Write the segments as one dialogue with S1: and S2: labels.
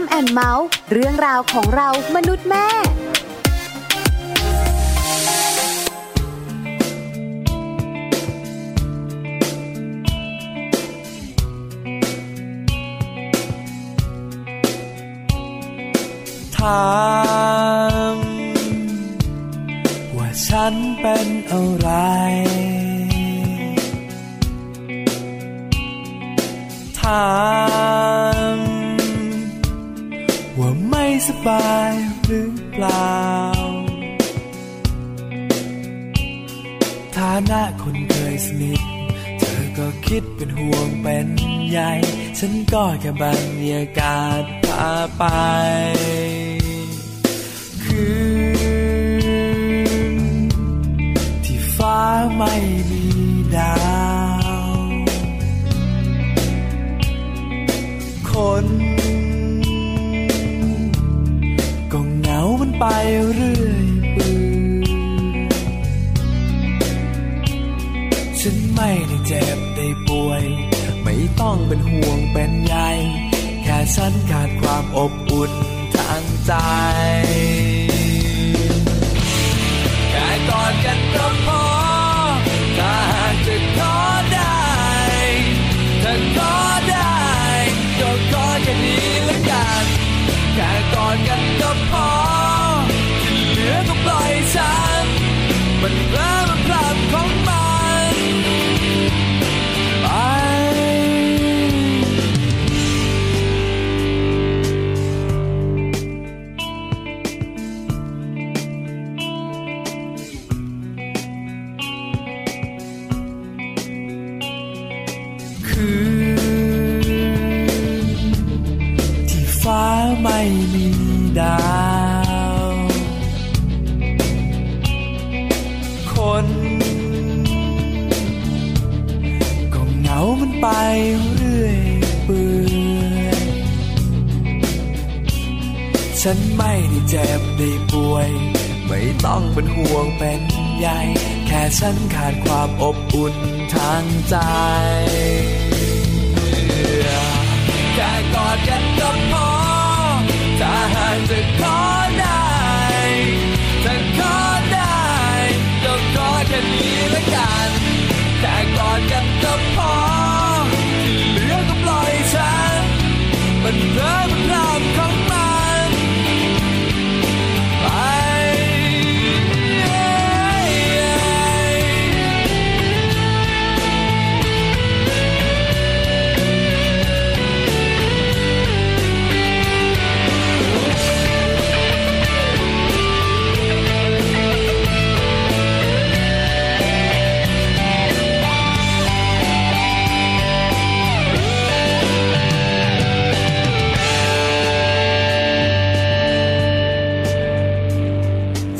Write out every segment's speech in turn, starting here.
S1: มแอนเมาส์เรื่องราวของเรามนุษย์แม่
S2: ถามว่าฉันเป็นอะไร ถามว่าไม่สบายหรือเปล่า ฐานะคนเคยสนิท เธอก็คิดเป็นห่วงเป็นใยฉันก็แค่บรรยากาศพาไป คืน ที่ฟ้าไม่มีดาว คนก็เหงามันไปเรื่อยเปื่อยฉันไม่ได้เจ็บได้ป่วย ไม่ต้องเป็นห่วงเป็นใยแค่ฉันขาดความอบอุ่นทางใจ แค่กอดกันก็พอ ถ้าหากจะขอได้ ถ้าขอได้ก็ขอแค่นี้ละกัน แค่กอดกันก็พอ ที่เหลือก็ปล่อยฉัน มันเริ่มพลาดของมันไป คืนที่ฟ้าไม่มีดาว คนก็เหงามันไปเรื่อยเปื่อยฉันไม่ได้เจ็บได้ป่วย ไม่ต้องเป็นห่วงเป็นใยแค่ฉันขาดความอบอุ่นทางใจ แค่กอดกันก็พอ ถ้าหากจะขอได้ ถ้าขอได้ก็ขอแค่นี้ละกัน แค่กอดกันก็พอ ที่เหลือก็ปล่อยฉัน มันเริ่มรามของมันไป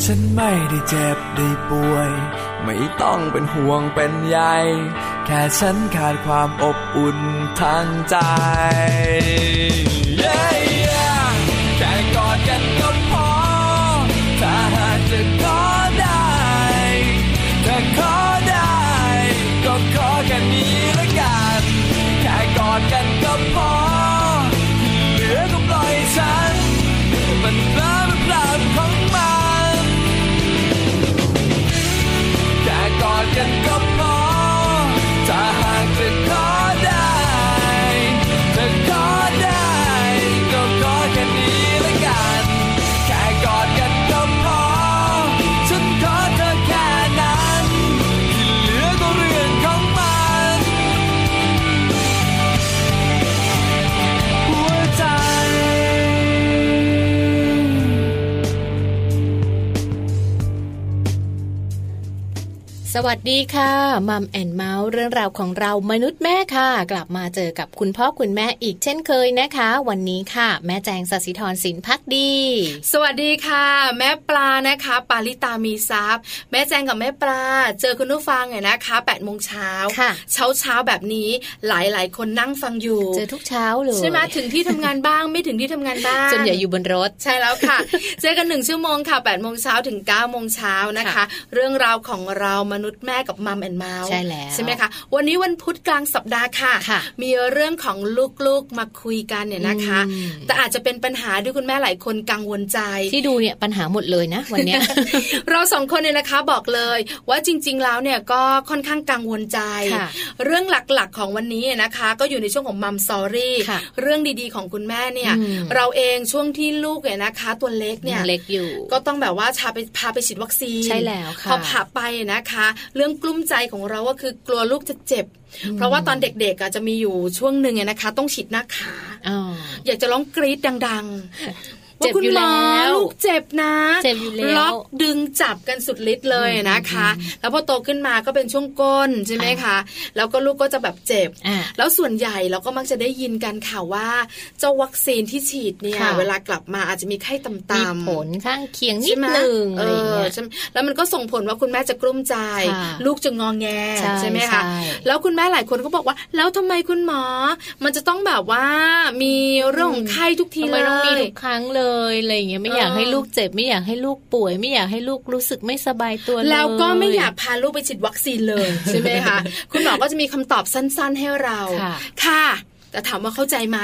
S2: ฉันไม่ได้เจ็บได้ป่วย ไม่ต้องเป็นห่วงเป็นใยแค่ฉันขาดความอบอุ่นทางใจ Yeah, yeah แค่กอดกันก็พอ ถ้าหากจะขอได้ ถ้าขอได้ ก็ขอแค่นี้ละกัน แค่กอดกันก็พอที่เหลือก็ปล่อยฉัน มันเริ่มเป็นเรื่องของมัน แค่กอดกันก็พอ ถ้าหากจะขอได้ถ้าขอได้ ก็ขอแค่นี้ละกัน แค่กอดกันก็พอ ฉันขอเธอแค่นั้นที่เหลือก็เรื่องของมัน หัวใจ
S3: สวัสดีค่ะมัมแอนเมาส์เรื่องราวของเรามนุษย์แม่ค่ะ กลับมาเจอกับคุณพ่อคุณแม่อีกเช่นเคยนะคะ วันนี้ค่ะ แม่แจงสศิธรสินพักดี
S4: สวัสดีค่ะ แม่ปลานะคะ ปาลิตามีซัพย์ แม่แจงกับแม่ปลา เจอคุณผู้ฟังเนี่ยนะคะ8ปดโมงเช้า
S3: ค่ะ
S4: เช้าเช้าๆแบบนี้หลายๆ คนนั่งฟังอยู่
S3: เจอทุกเช้าเลย
S4: ใช่ไหมถึงที่ทำงานบ้าง ไม่ถึงที่ทำงานบ้าง
S3: จนอย่าอยู่บนรถ
S4: ใช่แล้ว ค่ะ เจอกันหนึ่งชั่วโมงค่ะ8ปดโมงเช้าถึง9ก้าโมงเช้านะคะ
S3: ค่ะ
S4: เรื่องราวของเรามนุ นุษย์แม่กับมัมแอนเมาส์
S3: ใช่แล้ว
S4: ใช่ไหมคะ วันนี้วันพุธกลางสัปดาห์ค่ะ
S3: ค่ะ
S4: มีเรื่องของลูกๆมาคุยกันเนี่ยนะคะ
S3: อืม
S4: แต่อาจจะเป็นปัญหาที่คุณแม่หลายคนกังวลใจ
S3: ที่ดูเนี่ยปัญหาหมดเลยนะ วัน เนี้ย
S4: เราสองคนเนี่ยนะคะบอกเลย ว่าจริง ๆ แล้วเนี่ยก็ค่อนข้างกังวลใจ
S3: ค่ะ
S4: เรื่องหลักๆของวันนี้นะคะ ก็อยู่ในช่วงของมัมซอรี่
S3: ค่ะ
S4: เรื่องดีๆของคุณแม่เนี่ย
S3: อืม
S4: เราเองช่วงที่ลูกเนี่ยนะคะ ตัวเล็กเนี่ย
S3: ยังเล็กอยู่
S4: ก็ต้องแบบว่าพาไปพาไปฉีดวัคซีน
S3: ใช่แล้วค่ะ
S4: พอผ่าไปนะคะ เรื่องกลุ้มใจของเราก็คือกลัวลูกจะเจ็บ
S3: อืม
S4: เพราะว่าตอนเด็กๆอ่ะจะมีอยู่ช่วงหนึ่งเนี่ยนะคะ ต้องฉีดหน้าขา
S3: อ๋อ
S4: อยากจะร้องกรี๊ดดังๆ
S3: เจ็บ
S4: ว่าคุณ
S3: อยู่
S4: หม
S3: แล้
S4: อ
S3: ว
S4: ลูกเจ็บนะ
S3: เจ็บอยู่แล้ว
S4: ล็อกดึงจับกันสุดฤทธิ์เลยนะคะ แล้วพอโตขึ้นมาก็เป็นช่วงก้นใช่ไหม
S3: อ่า
S4: คะ แล้วก็ลูกก็จะแบบเจ็บ
S3: อ่ะ
S4: แล้วส่วนใหญ่เราก็มักจะได้ยินกันค่ะว่า เจ้าวัคซีนที่ฉีดเนี่ย
S3: ค่ะ
S4: เวลากลับมาอาจจะมีไข้ต่ำๆ
S3: มีผลข้างเคียงนิ
S4: ใช่
S3: ด
S4: ไหม
S3: นึง
S4: เอ
S3: อะไรอย่า
S4: อ
S3: งเงี้ย
S4: ใช่ไหมแล้วมันก็ส่งผลว่าคุณแม่จะกลุ้มใจ
S3: ค่ะ
S4: ลูกจะงองแง
S3: ใช่
S4: ไหมคะ
S3: ใช่
S4: แล้วคุณแม่หลายคนก็บอกว่า แล้วทำไมคุณหมอ มันจะต้องแบบว่ามีเรื่องของ
S3: อืม
S4: ไข้ทุกที
S3: ทำไม
S4: เลย
S3: ต้องมีทุกครั้งเลยอะไรอย่างเงี้ยไม่
S4: เออ
S3: อ
S4: อ
S3: ยากให้ลูกเจ็บไม่อยากให้ลูกป่วย ไม่อยากให้ลูกรู้สึกไม่สบายตัวเลย
S4: แล้วก็ไม่อยากพาลูกไปฉีดวัคซีน เลยใช่ไหมคะ คุณหมอก็จะมีคำตอบสั้นๆให้เรา
S3: ค่ะ
S4: ค่ะ แต่ถามว่าเข้าใจไหม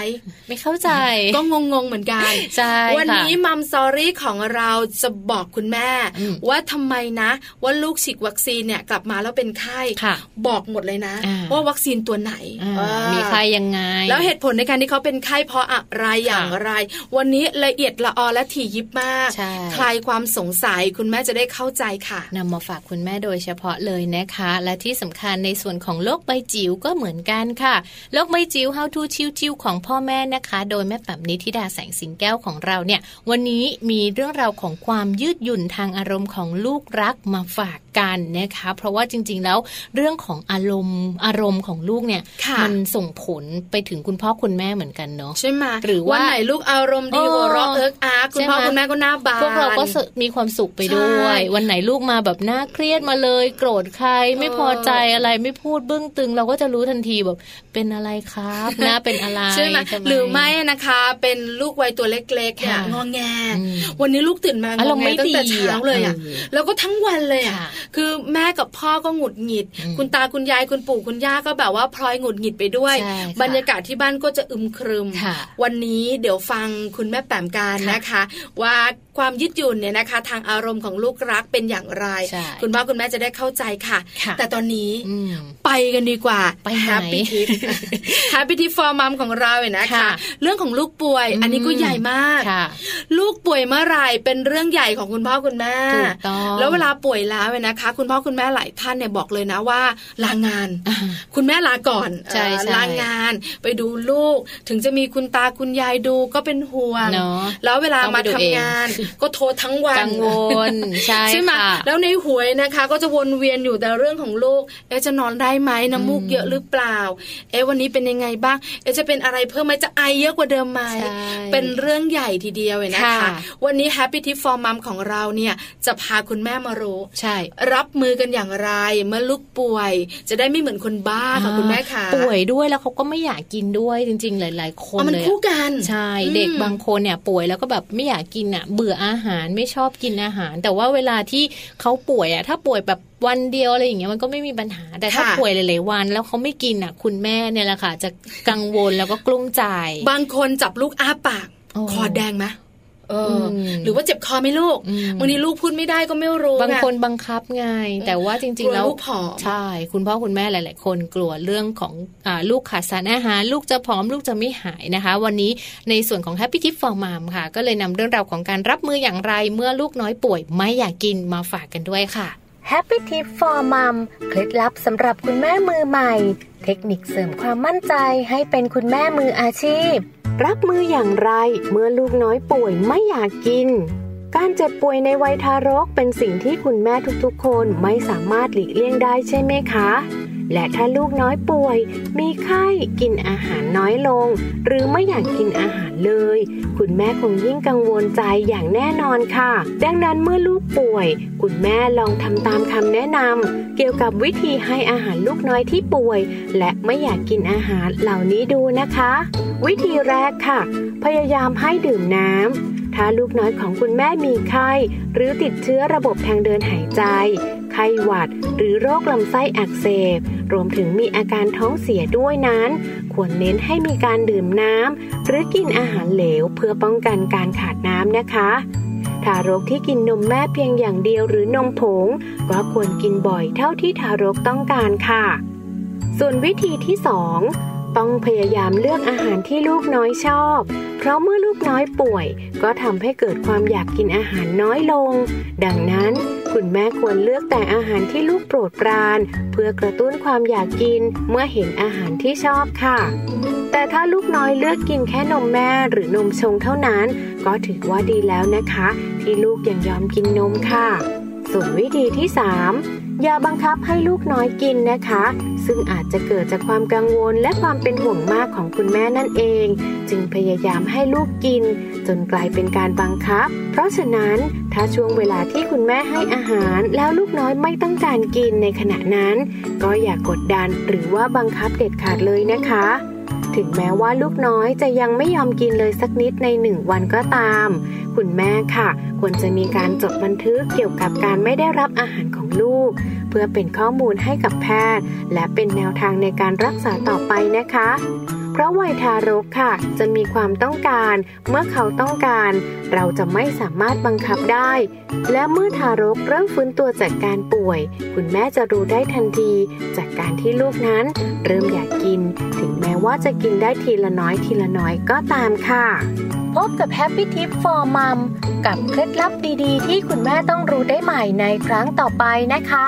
S3: ไม่เข้าใจ
S4: ก็งงๆเหมือนกัน
S3: ใช่ค่ะ
S4: วันนี้มัมซอรี่ของเราจะบอกคุณแม่
S3: อืม
S4: ว่าทำไมนะว่าลูกฉีดวัคซีนเนี่ยกลับมาแล้วเป็นไข้
S3: ค่ะ
S4: บอกหมดเลยนะ
S3: อ่า
S4: ว่าวัคซีนตัวไหน
S3: อ่า
S4: เออ
S3: มีใครยังไง
S4: แล้วเหตุผลในการที่เขาเป็นไข้เพราะอะไรอย่างไร วันนี้ละเอียดละออและถี่ยิบมาก
S3: ใช่
S4: คลายความสงสัยคุณแม่จะได้เข้าใจค่ะ
S3: นำมาฝากคุณแม่โดยเฉพาะเลยนะคะ และที่สำคัญในส่วนของโลกใบจิ๋วก็เหมือนกันค่ะโลกใบจิ๋ว How to ชิวๆของพ่อแม่นะคะ โดยแม่แบบนิธิดาแสงสิงแก้วของเราเนี่ย วันนี้มีเรื่องราวของความยืดหยุ่นทางอารมณ์ของลูกรักมาฝากกันนะคะ เพราะว่าจริง ๆ แล้วเรื่องของอารมณ์อารมณ์ของลูกเนี่ย
S4: ค่ะ
S3: มันส่งผลไปถึงคุณพ่อคุณแม่เหมือนกันเนาะ
S4: ใช่ไหม
S3: หรือว่าน
S4: ไหนลูกอารมณ์ดี
S3: เออ
S4: หัวเราะเอิกอาร์กคุณ
S3: ใช่ไหม
S4: พ่อคุณแม่ก็หน้าบาน
S3: พวกเราก็สมีความสุขไปด้วย
S4: ใช่
S3: วันไหนลูกมาแบบน่าเครียดมาเลย โกรธใครไม่พอใจอะไรไม่พูดเบื้องตึง เราก็จะรู้ทันทีแบบเป็นอะไรครับหน้าเป็นอะไร
S4: ใช่ไหมหรือไม่นะคะเป็นลูกวัยตัวเล็กๆเนี่ย
S3: ค่ะ
S4: งองแง
S3: อืม
S4: วันนี้ลูกตื่นมา
S3: อาง ร
S4: อ
S3: มณ์
S4: แง
S3: ไม่
S4: ตั้งแต่
S3: ดีอะ
S4: เช้าเลยอ่ะ
S3: เออ
S4: แล้วก็ทั้งวันเลยอ่ะ
S3: ค่ะ
S4: คือแม่กับพ่อก็หงุดหงิด
S3: อืม
S4: คุณตาคุณยายคุณปู่คุณย่าก็แบบว่าพลอยหงุดหงิดไปด้วย
S3: ใช่ค่ะ
S4: บรรยากาศที่บ้านก็จะอึมครึม
S3: ค่ะ
S4: วันนี้เดี๋ยวฟังคุณแม่แปมการ
S3: ค่ะ
S4: นะคะ ว่าความยืดหยุ่นเนี่ยนะคะ ทางอารมณ์ของลูกรักเป็นอย่างไร
S3: ใช่
S4: คุณพ่อคุณแม่จะได้เข้าใจค่ะ
S3: ค่ะ
S4: แต่ตอนนี้
S3: อืม
S4: ไปกันดีกว่า
S3: ไปไหน
S4: Happy Tip Happy Tip for Mom ของเราเนี่ยนะคะ
S3: ค่ะ
S4: เรื่องของลูกป่วย
S3: อืม
S4: อันนี้ก็ใหญ่มาก
S3: ค่ะ
S4: ลูกป่วยเมื่อไหรเป็นเรื่องใหญ่ของคุณพ่อคุณแม่
S3: ถูกต้อง
S4: แล้วเวลาป่วยแล้วเนี่ยนะคะ คุณพ่อคุณแม่หลายท่านเนี่ยบอกเลยนะว่าลางาน คุณแม่ลาก่อน
S3: ใช่
S4: เอ่อ
S3: ใช่
S4: ลางาน ไปดูลูก ถึงจะมีคุณตาคุณยายดูก็เป็นห่วง
S3: เนอะ
S4: แล้วเวลา
S3: ต้อง
S4: มา
S3: ไปดู
S4: ทำ
S3: เอง
S4: งาน ก็โทรทั้งวัน
S3: กังวลใช่
S4: ใช่ไหม
S3: ค่ะ
S4: แล้วในหวยนะคะ ก็จะวนเวียนอยู่แต่เรื่องของลูก เอะจะนอนได้ไหมน้ำมูกเยอะหรือเปล่า เอะวันนี้เป็นยังไงบ้าง เอะจะเป็นอะไรเพิ่มไหมจะไอเยอะกว่าเดิมไหม
S3: ใช่
S4: เป็นเรื่องใหญ่ทีเดียวเลยนะคะ
S3: ค่ะ
S4: วันนี้ Happy Tip for Mom ของเราเนี่ยจะพาคุณแม่มารู้
S3: ใช่
S4: รับมือกันอย่างไร เมื่อลูกป่วย จะได้ไม่เหมือนคนบ้าค่ะคุณแม่ค่ะ
S3: ป่วยด้วยแล้วเขาก็ไม่อยากกินด้วยจริง ๆ หลาย ๆ คน
S4: เอามัน
S3: เลยอะ
S4: คู่กัน
S3: ใช่
S4: อืม
S3: เด็กบางคนเนี่ยป่วยแล้วก็แบบไม่อยากกินอ่ะ เบื่ออาหารไม่ชอบกินอาหาร แต่ว่าเวลาที่เขาป่วยอ่ะถ้าป่วยแบบวันเดียวอะไรอย่างเงี้ยมันก็ไม่มีปัญหา แต่ถ้า
S4: ค่ะ
S3: ป่วยหลายๆวันแล้วเขาไม่กินอ่ะ คุณแม่เนี่ยแหละค่ะ จะกังวลแล้วก็กลุ้มใจ
S4: บางคนจับลูกอ้าปาก
S3: โอ้
S4: คอแดงไหมเอออ
S3: ม
S4: หรือว่าเจ็บคอไหมลูก
S3: อืม
S4: บางทีลูกพูดไม่ได้ก็ไม่รู้
S3: บาง
S4: ไ
S3: คนบังคับไงแต่ว่าจริง ๆ
S4: กลัว
S3: แล้ว
S4: ลูกผอม
S3: ใช่ คุณพ่อคุณแม่หลาย ๆ คนกลัวเรื่องของอาลูกขาดสารอาหาร ลูกจะผอมลูกจะไม่หายนะคะ วันนี้ในส่วนของ Happy Tip for Mom ค่ะ ก็เลยนำเรื่องราวของการรับมืออย่างไร เมื่อลูกน้อยป่วยไม่อยากกินมาฝากกันด้วยค่ะ
S1: Happy Tip for Mom เคล็ดลับสำหรับคุณแม่มือใหม่ เทคนิคเสริมความมั่นใจให้เป็นคุณแม่มืออาชีพ รับมืออย่างไรเมื่อลูกน้อยป่วยไม่อยากกิน การเจ็บป่วยในวัยทารกเป็นสิ่งที่คุณแม่ทุกๆ คนไม่สามารถหลีกเลี่ยงได้ใช่ไหมคะ และถ้าลูกน้อยป่วย มีไข้กินอาหารน้อยลง หรือไม่อยากกินอาหารเลย คุณแม่คงยิ่งกังวลใจอย่างแน่นอนค่ะ ดังนั้นเมื่อลูกป่วย คุณแม่ลองทำตามคำแนะนำเกี่ยวกับวิธีให้อาหารลูกน้อยที่ป่วย และไม่อยากกินอาหารเหล่านี้ดูนะคะ วิธีแรกค่ะ พยายามให้ดื่มน้ำ ถ้าลูกน้อยของคุณแม่มีไข้ หรือติดเชื้อระบบทางเดินหายใจ ไข้หวัด หรือโรคลำไส้อักเสบ รวมถึงมีอาการท้องเสียด้วยนั้น ควรเน้นให้มีการดื่มน้ำหรือกินอาหารเหลวเพื่อป้องกันการขาดน้ำนะคะ ทารกที่กินนมแม่เพียงอย่างเดียวหรือนมผง ก็ควรกินบ่อยเท่าที่ทารกต้องการค่ะ ส่วนวิธีที่ 2 ต้องพยายามเลือกอาหารที่ลูกน้อยชอบ เพราะเมื่อลูกน้อยป่วย ก็ทำให้เกิดความอยากกินอาหารน้อยลง ดังนั้น คุณแม่ควรเลือกแต่อาหารที่ลูกโปรดปราน เพื่อกระตุ้นความอยากกินเมื่อเห็นอาหารที่ชอบค่ะ แต่ถ้าลูกน้อยเลือกกินแค่นมแม่หรือนมชงเท่านั้น ก็ถือว่าดีแล้วนะคะ ที่ลูกยังยอมกินนมค่ะ ส่วนวิธีที่ 3 อย่าบังคับให้ลูกน้อยกินนะคะ ซึ่งอาจจะเกิดจากความกังวลและความเป็นห่วงมากของคุณแม่นั่นเอง จึงพยายามให้ลูกกิน จนกลายเป็นการบังคับ เพราะฉะนั้นถ้าช่วงเวลาที่คุณแม่ให้อาหาร แล้วลูกน้อยไม่ต้องการกินในขณะนั้น ก็อย่ากดดันหรือว่าบังคับเด็ดขาดเลยนะคะ ถึงแม้ว่าลูกน้อยจะยังไม่ยอมกินเลยสักนิดในหนึ่งวันก็ตาม คุณแม่ค่ะ ควรจะมีการจดบันทึกเกี่ยวกับการไม่ได้รับอาหารของลูก เพื่อเป็นข้อมูลให้กับแพทย์ และเป็นแนวทางในการรักษาต่อไปนะคะ เพราะวัยทารกค่ะ จะมีความต้องการ เมื่อเขาต้องการ เราจะไม่สามารถบังคับได้ และเมื่อทารกเริ่มฟื้นตัวจากการป่วย คุณแม่จะรู้ได้ทันที จากการที่ลูกนั้น เริ่มอยากกิน ถึงแม้ว่าจะกินได้ทีละน้อยทีละน้อยก็ตามค่ะ พบกับ Happy Tip for Mom กับเคล็ดลับดีๆ ที่คุณแม่ต้องรู้ได้ใหม่ในครั้งต่อไปนะคะ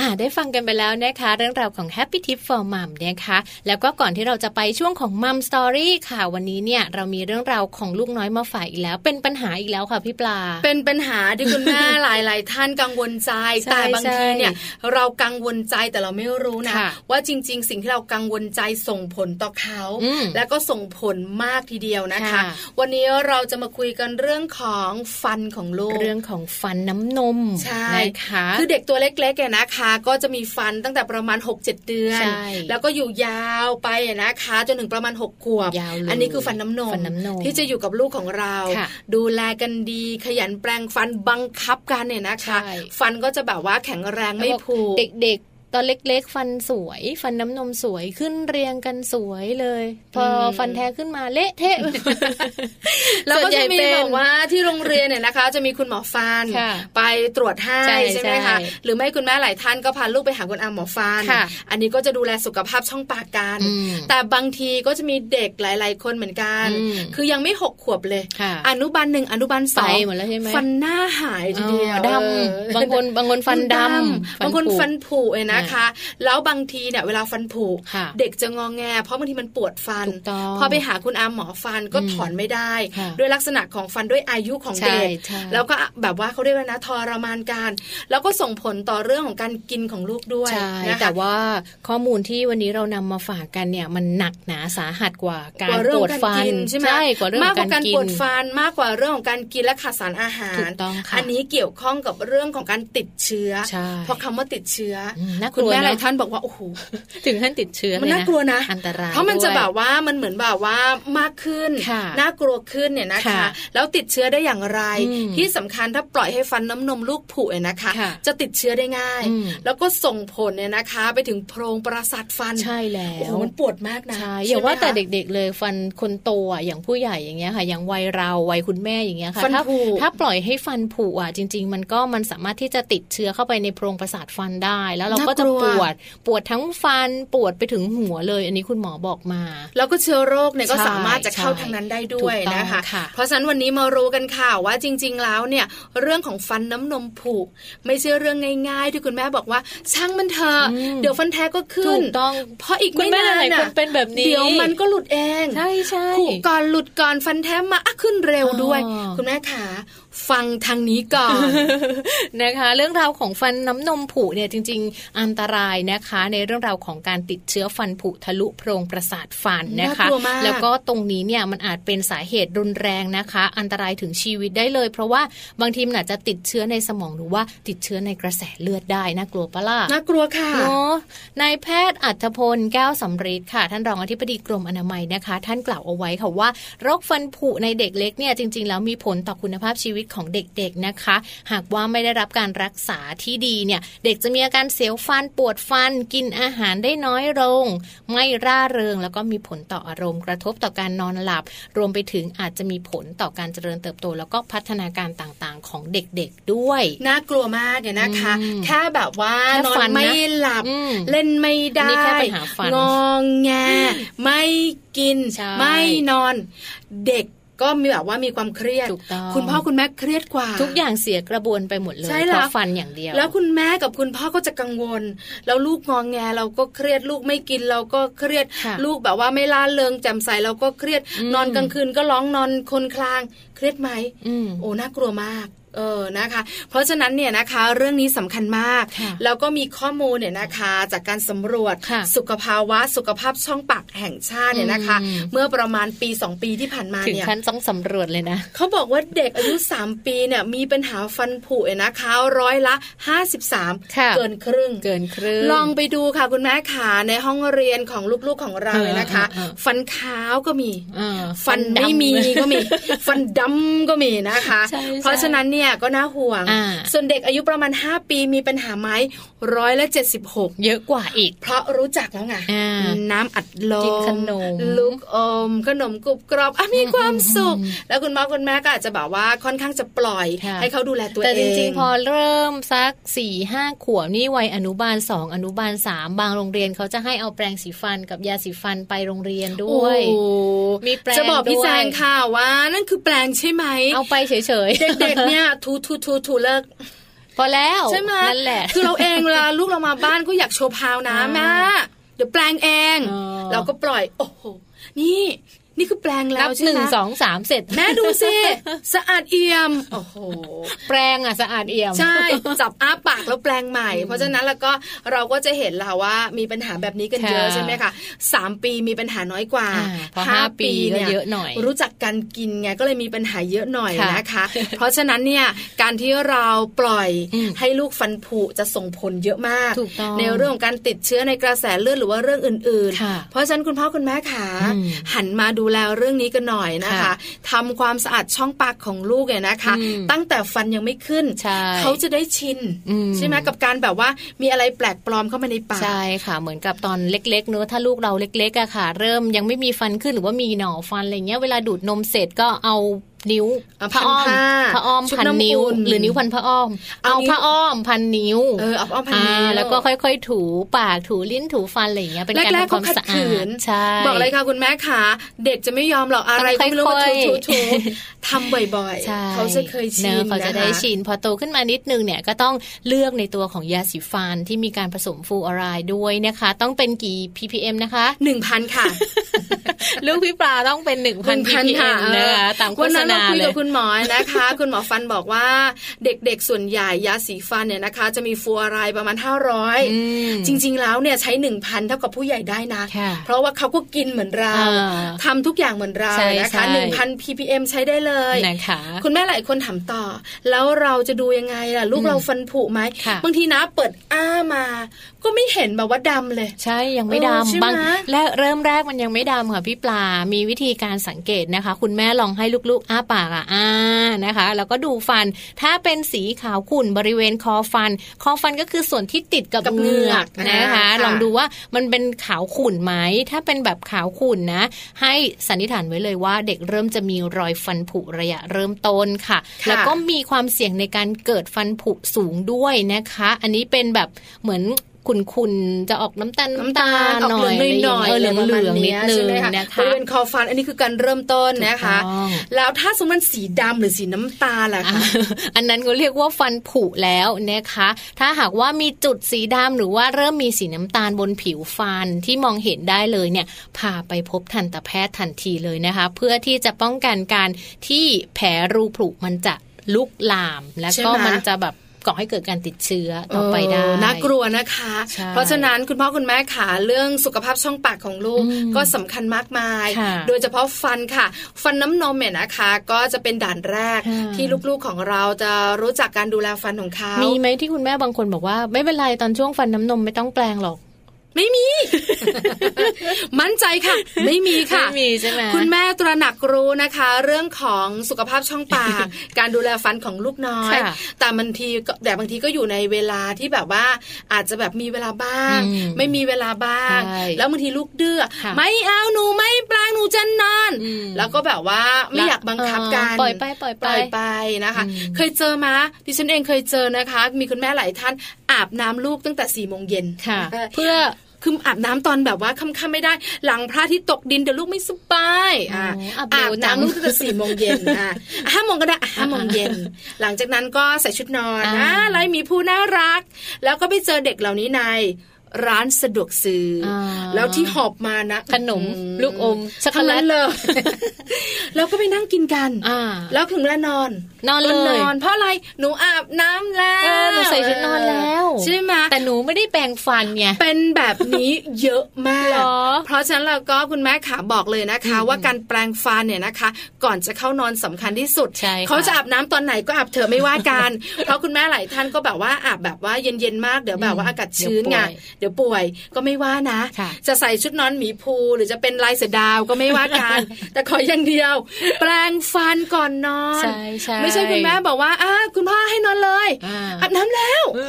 S3: อ่าได้ฟังกันไปแล้วนะคะ เรื่องราวของ Happy Tip for Mom นะคะ แล้วก็ก่อนที่เราจะไปช่วงของ Mom Story ค่ะ วันนี้เนี่ยเรามีเรื่องราวของลูกน้อยมาฝ่ายอีกแล้ว เป็นปัญหาอีกแล้วค่ะพี่ปลา
S4: เป็นปัญหาที่คุณแม่ หลาย ๆ ท่านกังวลใจ
S3: ใช่
S4: แต่บางทีเนี่ย
S3: ใช่
S4: เรากังวลใจแต่เราไม่รู้นะ
S3: ค่ะ
S4: ว่าจริง ๆ สิ่งที่เรากังวลใจส่งผลต่อเขา
S3: อืม
S4: และก็ส่งผลมากทีเดียวนะคะ
S3: ค่ะ
S4: วันนี้เราจะมาคุยกันเรื่องของฟันของลูก
S3: เรื่องของฟันน้ำนม
S4: ใช่
S3: นะคะ
S4: คือเด็กตัวเล็กๆเนี่ยนะคะ ก็จะมีฟันตั้งแต่ประมาณ 6-7 เดือน
S3: ใช่
S4: แล้วก็อยู่ยาวไปอะนะคะจนถึงประมาณ 6 ขวบ
S3: ยาวเลย
S4: อันนี้คือฟันน้ำนม
S3: ฟันน้ำนม
S4: ที่จะอยู่กับลูกของเรา
S3: ค่ะ
S4: ดูแลกันดีขยันแปรงฟันบังคับกันเนี่ยนะคะ
S3: ใช่
S4: ฟันก็จะแบบว่าแข็งแรงไม่
S3: แล้วบอก
S4: ผูก
S3: เด็กๆ ตอนเล็กๆ ฟันสวย ฟันน้ำนมสวยขึ้นเรียงกันสวยเลย พออ
S4: ม
S3: ฟันแท้ขึ้นมาเละเทะ
S4: แล้วก็
S3: ส่วนใหญ่
S4: จะมี
S3: เป็น
S4: แบบว่าที่โรงเรียนเนี่ยนะคะ จะมีคุณหมอฟัน
S3: ค่ะ
S4: ไปตรวจให้
S3: ใช่
S4: ใช่ไหมคะ
S3: ใช่
S4: หรือไม่คุณแม่หลายท่านก็พาลูกไปหาคุณอาหมอฟัน
S3: ค่ะ
S4: อันนี้ก็จะดูแลสุขภาพช่องปากกัน
S3: อืม
S4: แต่บางทีก็จะมีเด็กหลาย ๆ คนเหมือนกัน
S3: อืม
S4: คือยังไม่หกขวบเลย
S3: ค่ะ
S4: อนุบาลหนึ่งอนุบาลสอง
S3: ไปหมดแล้วใช่ไหม
S4: ฟันหน้าหายที
S3: อ๋อ
S4: เดียว
S3: ด
S4: เออ
S3: ำบางคนบางคนฟันดำ
S4: บางคน
S3: ผุ
S4: ฟันผุเลยนะคะ แล้วบางทีเนี่ยเวลาฟันผุ
S3: ค่ะ
S4: เด็กจะงองแง เพราะบางทีมันปวดฟัน
S3: ถูกต้อง
S4: พอไปหาคุณอาหมอฟันก็
S3: อืม
S4: ถอนไม่ได้
S3: ค่ะ
S4: ด้วยลักษณะของฟันด้วยอายุของ
S3: ใช่
S4: เด็ก
S3: ใช่
S4: แล้วก็แบบว่าเขาเรียกว่านะทรมานการ แล้วก็ส่งผลต่อเรื่องของการกินของลูกด้วย
S3: ใช่
S4: นะคะ
S3: แต่ว่าข้อมูลที่วันนี้เรานำมาฝากกันเนี่ย มันหนักหนาสาหัสกว่าการ
S4: กว่าเรื่องข
S3: ปว
S4: อ
S3: ด
S4: งการ
S3: ฟัน
S4: กินใช่ไหม
S3: กว่าเรื่อง
S4: มาก
S3: ข
S4: ก
S3: อง
S4: ว่าการ
S3: กิ
S4: ปวด
S3: น
S4: ฟันมากกว่าเรื่องของการกินและขาดสารอาหาร
S3: ถูกต้องค่ะ
S4: อันนี้เกี่ยวข้องกับเรื่องของการติดเชื้อ
S3: ใช่
S4: พอคำว่าติดเชื้ออ
S3: มน่ากลัว
S4: คุณแม่
S3: นะ
S4: หลายท่านบอกว่าโอ้โห
S3: ถึงขั้นติดเชื้อ
S4: มัน
S3: เลย
S4: น่ากลัวนะ
S3: อันตราย
S4: เพราะมันจะ
S3: ด้วย
S4: แบบว่ามันเหมือนแบบว่ามากขึ้น
S3: ค่ะ
S4: น่ากลัวขึ้นเนี่ยนะคะ
S3: ค่ะ
S4: แล้วติดเชื้อได้อย่างไร
S3: อืม
S4: ที่สำคัญถ้าปล่อยให้ฟันน้ำนมลูกผุเนี่ยนะคะ
S3: ค่ะ
S4: จะติดเชื้อได้ง่าย
S3: อืม
S4: แล้วก็ส่งผลเนี่ยนะคะ ไปถึงโพรงประสาทฟัน
S3: ใช่แล้
S4: โอ้โห
S3: ว
S4: มันปวดมากนะ
S3: ใช่อย่าว่า
S4: ใช่ไหม
S3: แต่
S4: คะ
S3: เด็กๆเลยฟันคนโตอ่ะอย่างผู้ใหญ่อย่างเงี้ยค่ะ อย่างวัยเราวัยคุณแม่อย่างเงี้ยค่ะ
S4: ฟัน
S3: ถ้า
S4: ผุ
S3: ถ้าปล่อยให้ฟันผุอ่ะจริง ๆ มันก็มันสามารถที่จะติดเชื้อเข้าไปในโพรงประสาทฟันได้ แล้วเราก็จะปวดปวดทั้งฟันปวดไปถึงหัวเลย อันนี้คุณหมอบอกมา
S4: แล้วก็เชื้อโรคเนี่ยก็
S3: ใช่
S4: สามารถจะเข้า
S3: ใช่
S4: ทางนั้นได้ด้วย
S3: ถูกต้อง
S4: นะคะ
S3: ค่ะ
S4: เพราะฉะนั้นวันนี้มารู้กันค่ะว่าจริง ๆ แล้วเนี่ยเรื่องของฟันน้ำนมผุไม่ใช่เรื่องง่ายๆ ที่คุณแม่บอกว่า ช่างมันเถอะ
S3: อืม
S4: เดี๋ยวฟันแท้ก็ขึ้น
S3: ถูกต้อง
S4: เพราะอีก
S3: คุณ
S4: ไม่
S3: แม่
S4: นาน
S3: หลายๆ
S4: ะ
S3: คนเป็นแบบนี้
S4: เดี๋ยวมันก็หลุดเอง
S3: ใช่ใช่
S4: ผุก่อนหลุดก่อนฟันแท้มาอ่ะขึ้นเร็วด้วย
S3: อ๋อ
S4: คุณแม่ขา ฟังทางนี้ก่อน
S3: นะคะ เรื่องราวของฟันน้ำนมผุเนี่ยจริง ๆ อันตรายนะคะ ในเรื่องราวของการติดเชื้อฟันผุทะลุโพรงประสาทฟันนะคะ
S4: น่ากลัวมาก
S3: แล้วก็ตรงนี้เนี่ยมันอาจเป็นสาเหตุรุนแรงนะคะ อันตรายถึงชีวิตได้เลย เพราะว่าบางทีมันอาจจะติดเชื้อในสมองหรือว่าติดเชื้อในกระแสเลือดได้น่ากลัวปะล่ะ
S4: น่ากลัวค่ะ
S3: เนาะนายแพทย์อัธพลแก้วสำริดค่ะ ท่านรองอธิบดีกรมอนามัยนะคะ ท่านกล่าวเอาไว้ค่ะว่าโรคฟันผุในเด็กเล็กเนี่ยจริง ๆ แล้วมีผลต่อคุณภาพชีวิตของเด็กๆนะคะ หากว่าไม่ได้รับการรักษาที่ดีเนี่ย เด็กจะมีอาการเสียวฟันปวดฟัน กินอาหารได้น้อยลง ไม่ร่าเริง แล้วก็มีผลต่ออารมณ์กระทบต่อการนอนหลับ รวมไปถึงอาจจะมีผลต่อการเจริญเติบโต แล้วก็พัฒนาการต่างๆ ของเด็กๆด้วย
S4: น่ากลัวมากเนี่ยนะคะ
S3: อืม
S4: แค่แบบว่า
S3: แค่
S4: นอ
S3: ฟั
S4: น
S3: นนะ
S4: ไม่หลับ
S3: อืม
S4: เล่นไม่ได้
S3: นี่แค่ปัญหาฟัน
S4: งองแง ไม่กิน
S3: ใช่
S4: ไม่นอน เด็กก็มีแบบว่ามีความเครียด
S3: ถูกต้อง
S4: คุณพ่อคุณแม่เครียดกว่า
S3: ทุกอย่างเสียกระบวนไปหมดเลย
S4: ใช่
S3: เพ
S4: แล้ว
S3: ราะฟันอย่างเดียว
S4: แล้วคุณแม่กับคุณพ่อก็จะกังวล แล้วลูกงองแงเราก็เครียดลูกไม่กินเราก็เครียด
S3: ค่ะ
S4: ลูกแบบว่าไม่ล่าเริงแจ่มใสเราก็เครียด
S3: อืม
S4: นอนกลางคืนก็ร้องนอนคนคลางเครียดไหม
S3: อืม
S4: โอ้ น่ากลัวมาก เออ นะคะ เพราะฉะนั้นเนี่ยนะคะ เรื่องนี้สำคัญมาก
S3: ค่ะ
S4: แล้วก็มีข้อมูลเนี่ยนะคะ จากการสำรวจ
S3: ค่ะ
S4: สุขภาวะสุขภาพช่องปากแห่งชาติเนี่ยนะคะ
S3: อืม
S4: เมื่อประมาณปี 2 ปีที่ผ่านมา
S3: ถึง
S4: เนี่ย
S3: ขั้นต้องสำรวจเลยนะ
S4: เขาบอกว่าเด็กอายุ 3 ปีเนี่ยมีปัญหาฟันผุเนี่ยนะคะร้อยละ
S3: ค่ะ
S4: 53 เกินครึ่ง
S3: เกินครึ่ง
S4: ลองไปดูค่ะคุณแม่ขาในห้องเรียนของลูกๆของเราเนี่ยนะคะ
S3: เออเออเออ
S4: ฟันขาวก็มี
S3: เออ
S4: ฟัน
S3: ดำ
S4: ไม่มีก็มี ฟันดำก็มีนะคะ
S3: ใช่ใช่
S4: เพราะฉะนั้นเนี่ยก็น่าห่วง
S3: อ่า
S4: ส่วนเด็กอายุประมาณ 5 ปีมีปัญหาไหมร้อยละเจ็ดสิบหก
S3: เยอะกว่าอีก
S4: เพราะรู้จักแล้วไง
S3: อ่า
S4: น้ำอัดล
S3: กิน
S4: ม
S3: ขนม
S4: ลูกอม ขนมกรุบกรอบอ่ะมีความสุข แล้วคุณพ่อคุณแม่ก็อาจจะแบบว่าค่อนข้างจะปล่อย
S3: ค่ะ
S4: ให้เขาดูแลตัวเอง
S3: แต่จริงๆ พอเริ่มสัก4ี่ห้าขวบนี่วัยอนุบาลสองอนุบาลสามบางโรงเรียนเขาจะให้เอาแปรงสีฟันกับยาสีฟันไปโรงเรียนด้วย
S4: โอ้โห
S3: มีแปลง
S4: จะบอกพี่
S3: ด้วย
S4: แจงค่ะว่านั่นคือแปลงใช่ไหม
S3: เอาไปเฉยๆ
S4: เด็กๆ เนี่ยทูทูทูทูเลิก
S3: พอแล้ว
S4: ใช่ไหม
S3: นั่นแหละ
S4: คือเราเองเวลา ลูกเรามาบ้านก็อยากโชว์พาวนะ
S3: อ่า
S4: แม่เดี๋ยวแปลงเอง
S3: อ๋อ
S4: เราก็ปล่อย โอ้โห นี่ นี่คือแปลงแล้
S3: นั
S4: ว
S3: บ
S4: ใช่
S3: หนึ่
S4: ไห
S3: ง
S4: ม
S3: สองสามเสร็จ
S4: แม่ดู สิสะอาดเอี่ยม โอ้โห
S3: แปรงอ่ะสะอาดเอี่ยม
S4: ใช่ จับอ้าปากแล้วแปลงใหม่ เพราะฉะนั้นแล้วก็เราก็จะเห็นแล้วว่ามีปัญหาแบบนี้กันเยอะ
S3: ค่ะ
S4: ใช่ไหมคะสามปีมีปัญหาน้อยกว่า
S3: อ่าพอ
S4: ห้า
S3: ห้าปีก็เยอะหน่อย
S4: รู้จักการกินไงก็เลยมีปัญหาเยอะหน่อย
S3: ค่ะ
S4: นะคะ เพราะฉะนั้นเนี่ยการที่เราปล่อย
S3: อืม
S4: ให้ลูกฟันผุจะส่งผลเยอะมาก
S3: ถูกต้อง
S4: ในเรื่องของการติดเชื้อในกระแสเลือดหรือว่าเรื่องอื่น
S3: ค่ะ
S4: ๆ เพราะฉะนั้นคุณพ่อคุณแม่ขา
S3: อืม
S4: หันมาดูแลเรื่องนี้กันหน่อยนะคะ
S3: ค่ะ
S4: ทำความสะอาดช่องปากของลูกเนี่ยนะคะ
S3: อืม
S4: ตั้งแต่ฟันยังไม่ขึ้น
S3: ใช่
S4: เขาจะได้ชิน
S3: อืม
S4: ใช่ไหมกับการแบบว่ามีอะไรแปลกปลอมเข้ามาในปาก
S3: ใช่ค่ะเหมือนกับตอนเล็กๆเนอะถ้าลูกเราเล็กๆอะค่ะ เริ่มยังไม่มีฟันขึ้นหรือว่ามีหน่อฟันอะไรเงี้ยเวลาดูดนมเสร็จก็เอานิ้ว
S4: เอา
S3: ผ้าอ้อม
S4: พันผ้า
S3: ผ้าอ้อม
S4: ชุบ
S3: พัน
S4: น้ำ
S3: นิ้ว
S4: อุ่น
S3: หรือนิ้วพันผ้าอ้อม
S4: เอา
S3: เอา
S4: นิ้ว
S3: ผ้าอ้อมพันนิ้ว
S4: เออเอาเอาพัน
S3: อ่า
S4: นิ้ว
S3: แล้วก็ค่อยๆ ถูปากถูลิ้นถูฟันอะไรอย่างเงี้ยเป็นการ
S4: แรกๆ
S3: ทำค
S4: เขา
S3: วาม
S4: ขัด
S3: สะอา
S4: ขื
S3: ด
S4: น
S3: ใช่
S4: บอกเลยค่ะคุณแม่ขาเด็กจะไม่ยอมหรอกอะไร
S3: ต้
S4: ก็
S3: อง
S4: ไม่รู้มา
S3: ค่
S4: ถู
S3: อยๆ
S4: ถูถูทำบ่อย
S3: ใช่
S4: ๆ เขาจะเคยชิน
S3: นอะเขาจะได้
S4: นะคะ
S3: ชิน พอโตขึ้นมานิดนึงเนี่ยก็ต้องเลือกในตัวของยาสีฟันที่มีการผสมฟลูออไรด์ด้วยนะคะ ต้องเป็นกี่ ppm นะคะ
S4: หนึ่งพันค่ะ
S3: ลูกพี่ปลาต้องเป็นหนึ่งพัน
S4: 1,000
S3: ppm นะคะตามโฆ
S4: วัน
S3: ษ
S4: นั้นเรา
S3: ณา
S4: คุย
S3: เล
S4: กั
S3: ย
S4: บคุณหมอนะคะ คุณหมอฟันบอกว่าเด็กๆ ส่วนใหญ่ยาสีฟันเนี่ยนะคะ จะมีฟลูออไรด์ประมาณ
S3: อืม
S4: 500 จริงๆแล้วเนี่ยใช้ 1,000 เท่ากับผู้ใหญ่ได้นะ
S3: ค่ะ
S4: เพราะว่าเขาก็กินเหมือนเรา
S3: อ่า
S4: ทำทุกอย่างเหมือนเรา
S3: ใช่
S4: นะ
S3: ใช่
S4: คะ 1,000 ppm ใช้ได้เลย
S3: นะคะ
S4: คุณแม่หลายคนถามต่อ แล้วเราจะดูยังไงล่ะ ลูก
S3: อืม
S4: เราฟันผุไหม
S3: ค่ะ
S4: บางทีนะเปิดอ้ามา ก็ไม่เห็นแบบว่าดำเลย
S3: ใช่ยังไม่
S4: เออใช่ไหม
S3: ดำบางแรกเริ่มแรกมันยังไม่ดำค่ะพี่ปลา มีวิธีการสังเกตนะคะ คุณแม่ลองให้ลูกๆ อ้าปากอ่ะอ่านะคะ แล้วก็ดูฟันถ้าเป็นสีขาวขุ่นบริเวณคอฟัน คอฟันก็คือส่วนที่ติดกับ
S4: กับ
S3: เหงือก
S4: เหงือก
S3: นะ
S4: อ่า
S3: คะ
S4: ค่ะ
S3: ลองดูว่ามันเป็นขาวขุ่นไหมถ้าเป็นแบบขาวขุ่นนะ ให้สันนิษฐานไว้เลยว่าเด็กเริ่มจะมีรอยฟันผุระยะเริ่มต้นค่ะ
S4: ค่ะ
S3: แล้วก็มีความเสี่ยงในการเกิดฟันผุสูงด้วยนะคะ อันนี้เป็นแบบเหมือนขุนๆจะออกน้ำตาล
S4: น้ำตาลอ
S3: ห
S4: อก
S3: น่อย
S4: เหลืองๆหน่อย
S3: เออเหลือ
S4: ะ
S3: งเห
S4: ไรป
S3: ลือ
S4: ระมา
S3: ง
S4: ณ
S3: นิดนึง
S4: ใช่ไหมคะ
S3: นะ
S4: บ
S3: คะ
S4: ริเวณคอฟันอันนี้คือการเริ่มต้นนะคะ
S3: ถูกต้อง
S4: แล้วถ้าสมมติมันสีดำหรือสีน้ำตาลล่ะ
S3: อ่ะ
S4: คะ
S3: อันนั้นเขาเรียกว่าฟันผุแล้วนะคะ ถ้าหากว่ามีจุดสีดำหรือว่าเริ่มมีสีน้ำตาลบนผิวฟันที่มองเห็นได้เลยเนี่ยพาไปพบทันตแพทย์ทันทีเลยนะคะ เพื่อที่จะป้องกันการที่แผลรูผุมันจะ ลุกลาม แล้ว
S4: ใช่
S3: ก็
S4: ไหม
S3: มันจะแบบก่อให้เกิดการติดเชื้อต่อไปได้
S4: เออน่ากลัวนะคะ
S3: ใช่
S4: เพราะฉะนั้นคุณพ่อคุณแม่ขาเรื่องสุขภาพช่องปากของลูก
S3: อืม
S4: ก็สำคัญมากมาย
S3: ค่ะ
S4: โดยเฉพาะฟันค่ะ ฟันน้ำนมเนี่ยนะคะ ก็จะเป็นด่านแรก
S3: ค่ะ
S4: ที่ลูกๆของเราจะรู้จักการดูแลฟันของเขา
S3: มี
S4: มี
S3: ไหมที่คุณแม่บางคนบอกว่าไม่เป็นไรตอนช่วงฟันน้ำนมไม่ต้องแปลงหรอก
S4: ไม่ มี มั่นใจค่ะ ไม่มีค่ะ
S3: ไม่มีใช่ไหม
S4: คุณแม่ตระหนักรู้นะคะ เรื่องของสุขภาพช่องปาก การดูแลฟันของลูกน้อย
S3: ค่ะ
S4: แต่บางทีก็แต่บางทีก็อยู่ในเวลาที่แบบว่า อาจจะแบบมีเวลาบ้าง
S3: อืม
S4: ไม่มีเวลาบ้าง
S3: ใช่
S4: แล้วบางทีลูกดื้อ
S3: ค่ะ
S4: ไม่เอาหนูไม่ปลางหนูจะนอน
S3: อืม
S4: แล้วก็แบบว่าไม่อยากบังคับกัน
S3: ปล่อยไปปล่อย
S4: ป
S3: ไป
S4: ล่อยไปนะคะ
S3: อืม
S4: เคยเจอมาดิฉันเองเคยเจอนะคะ มีคุณแม่หลายท่านอาบน้ำลูกตั้งแต่สี่โมงเย็น
S3: ค่ะ เพื่อ
S4: คืออาบน้ำตอนแบบว่าค่ำๆไม่ได้ หลังพระอาที่ตกดินเดี๋ยวลูกไม่สบายอ่ะ
S3: โอ้อาบ
S4: อาว
S3: เร็
S4: บ
S3: จัง
S4: น้ำลูกตั้งแต่สี่โมงเย็นอ่ะห้าโมงก็ได้อ่ะห้าโมงเย็น หลังจากนั้นก็ใส่ชุดนอน
S3: อ่า
S4: นะไรมีผู้น่ารัก แล้วก็ไปเจอเด็กเหล่านี้ในร้านสะดวกซื้ออา แล้วที่หอบมานะ
S3: ขนม
S4: อื
S3: ลูกอมช็อกโก
S4: ทั้ง
S3: แล
S4: นั้
S3: ต
S4: นเลย แล้วก็ไปนั่งกินกัน
S3: อ่า
S4: แล้วถึงเวลานอน
S3: นอนเลย
S4: ก็นอน เพราะอะไรหนูอาบน้ำแล้
S3: เออ
S4: ว
S3: หนูใส่ชุดนอนแล้ว
S4: ใช่ไหม
S3: แต่หนูไม่ได้แปลงฟันไง
S4: เป็นแบบนี้เยอะมาก
S3: หรอ
S4: เพราะฉะนั้นเราก็คุณแม่ขาบอกเลยนะคะ ว่าการแปรงฟันเนี่ยนะคะ ก่อนจะเข้านอนสำคัญที่สุด
S3: ใช่ค่ะ
S4: เขาจะอาบน้ำตอนไหนก็อาบเถอะไม่ว่ากัน เพราะคุณแม่หลายท่านก็แบบว่าอาบแบบว่าเย็นๆมากเดี๋ยวแบบว่าอากาศชื้นไงเดี๋ยวป่วยก็ไม่ว่านะ
S3: ค่ะ
S4: จะใส่ชุดนอนหมีภูหรือจะเป็นลายเสือดาวก็ไม่ว่ากัน แต่ขออย่างเดียว แปรงฟันก่อนนอน
S3: ใช่ใช่
S4: ไม่ใช่คุณแม่บอกว่าอ่าคุณพ่อให้นอนเลย
S3: อ่า
S4: บน้ำแล้วเอ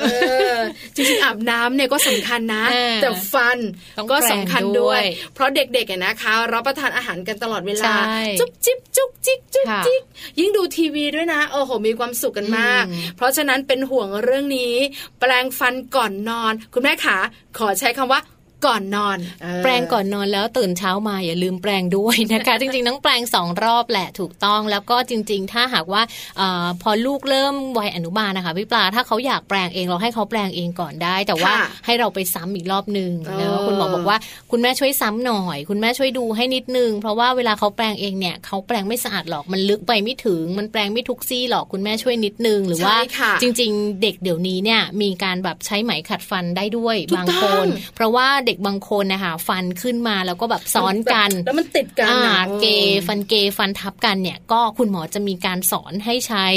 S4: อจริงๆอาบน้ำเนี่ยก็สำคัญนะ
S3: อ่า
S4: แต่ฟัน
S3: ต้อง
S4: ก็สำคัญด้วย
S3: แปรงด้วย
S4: เพราะเด็กๆอะนะคะรับประทานอาหารกันตลอดเวลา
S3: ใช่
S4: จุ๊บจิ๊บจุ๊กจิ๊กจุ๊บ
S3: ค่ะ
S4: จิ๊กยิ่งดูทีวีด้วยนะโอ้โหมีความสุขกันมาก
S3: อืม
S4: เพราะฉะนั้นเป็นห่วงเรื่องนี้ แปรงฟันก่อนนอน คุณแม่ขาขอใช้คำว่าก่อนนอนเออ
S3: แปรงก่อนนอนแล้วตื่นเช้ามาอย่าลืมแปรงด้วยนะคะ จริงๆต้องแปรงสองรอบแหละถูกต้องแล้วก็จริง ๆ ถ้าหากว่าเออพอลูกเริ่มวัยอนุบาลนะคะพี่ปลาถ้าเขาอยากแปรงเองเราให้เขาแปรงเองก่อนได้ แต่ว่า
S4: ค่ะ
S3: ให้เราไปซ้ำอีกรอบนึง
S4: เออ
S3: นะว่าคุณหมอบอกว่าคุณแม่ช่วยซ้ำหน่อย คุณแม่ช่วยดูให้นิดนึง เพราะว่าเวลาเขาแปรงเองเนี่ยเขาแปรงไม่สะอาดหรอกมันลึกไปไม่ถึง มันแปรงไม่ทุกซี่หรอกคุณแม่ช่วยนิดนึงหรือว่า
S4: ใช่ค่ะ
S3: จริงๆ เด็กเดี๋ยวนี้เนี่ยมีการแบบใช้ไหมขัดฟันได้ด้วย
S4: ถูก
S3: บาง
S4: ต้อง
S3: คน เพราะว่าเด็กบางคนนะคะฟันขึ้นมาแล้วก็แบบซ้อนกัน
S4: แล้วมันติดกัน
S3: อ่า
S4: อะ
S3: เกย์ฟันเกย์ฟันทับกันเนี่ยก็คุณหมอจะมีการสอนให้ใช้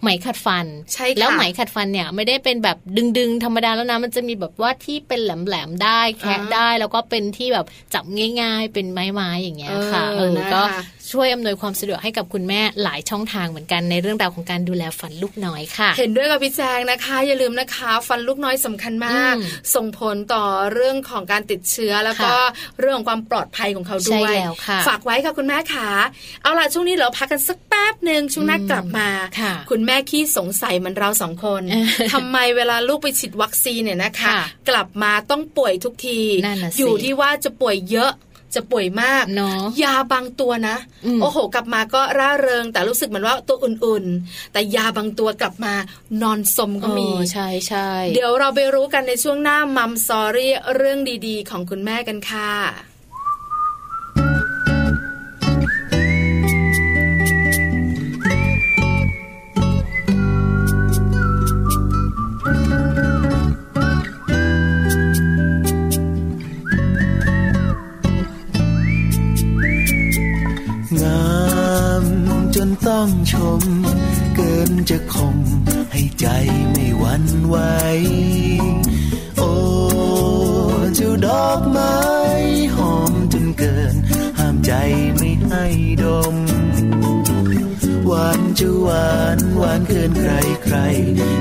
S3: ไหมขัดฟัน
S4: ใช่ค่ะ
S3: แล้วไหมขัดฟันเนี่ยไม่ได้เป็นแบบดึงๆ ธรรมดาแล้วนะมันจะมีแบบว่าที่เป็นแหลมๆได้แคะได้ แล้วก็เป็นที่แบบจับง่ายๆ เป็นไม้ๆอย่างเงี้ยค่ะ
S4: เออ
S3: เออก็
S4: นะคะ
S3: ช่วยอำนวยความสะดวกให้กับคุณแม่หลายช่องทางเหมือนกันในเรื่องราวของการดูแลฟันลูกน้อยค่ะ
S4: เห็นด้วยกับพี่แจงนะคะ อย่าลืมนะคะ ฟันลูกน้อยสำคัญมาก
S3: อืม
S4: ส่งผลต่อเรื่องของการติดเชื้อแล้วก็เรื่องของความปลอดภัยของเขาด้วย
S3: ใช่แล้วค่ะ
S4: ฝากไว้ค่ะคุณแม่ขาเอาล่ะช่วงนี้เราพักกันสักแป๊บหนึ่งช่วงหน้ากลับมา
S3: ค่ะ
S4: ณแม่ขี้สงสัยเหมันเราสอง คน
S3: เออ
S4: ทำไมเวลาลูกไปฉีดวัคซีนเนี่ยนะคะ
S3: ค่ะ
S4: กลับมาต้องป่วยทุกที
S3: นั่นน่ะสิ
S4: อยู่ที่ว่าจะป่วยเยอะจะป่วยมาก
S3: เนาะ
S4: ยาบางตัวนะ
S3: อืม
S4: โอ้โห กลับมาก็ร่าเริง แต่รู้สึกเหมือนว่าตัวอุ่นๆ แต่ยาบางตัวกลับมานอนสมก็มี
S3: เออใช่ใช่
S4: เดี๋ยวเราไปรู้กันในช่วงหน้ามัมซอรี่เรื่องดีๆ ของคุณแม่กันค่ะ
S5: งามจนต้องชม เกินจะคมให้ใจไม่หวั่นไหว โอ้เจ้าดอกไม้หอมจนเกิน ห้ามใจไม่ให้ดม หวานจะหวานหวานเกินใครใคร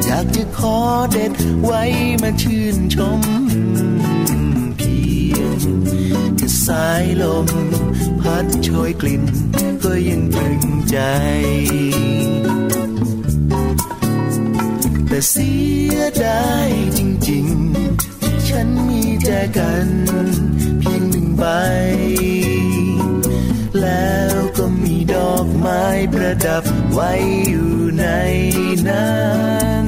S5: อยากจะขอเด็ดไว้มาชื่นชม เพียงจะสายลม พัดโชยกลิ่น ก็ยังตรึงใจ แต่เสียดายจริงๆ ที่ฉันมีแจกัน เพียงหนึ่งใบ แล้วก็มีดอกไม้ประดับไว้อยู่ในนั้น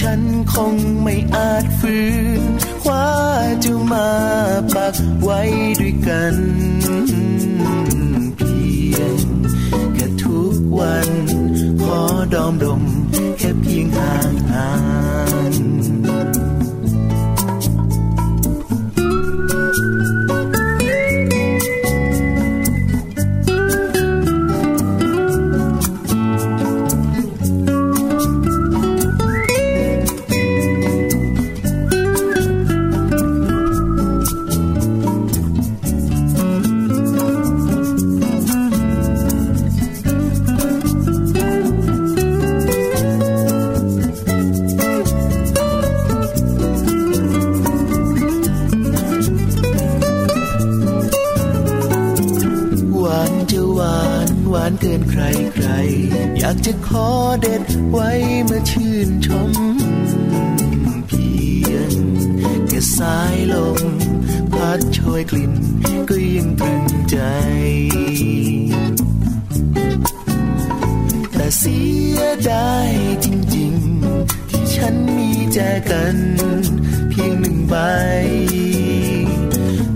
S5: ฉันคงไม่อาจฝืนคว้าจะมาปักไว้ด้วยกัน เพียงแค่ทุกวัน หวานเกินใครใคร อยากจะขอเด็ดไว้มาชื่นชม เพียงแค่สายลม พัดโชยกลิ่นก็ยังตรึงใจ แต่เสียดายจริงๆ ที่ฉันมีแจกัน เพียงหนึ่งใบ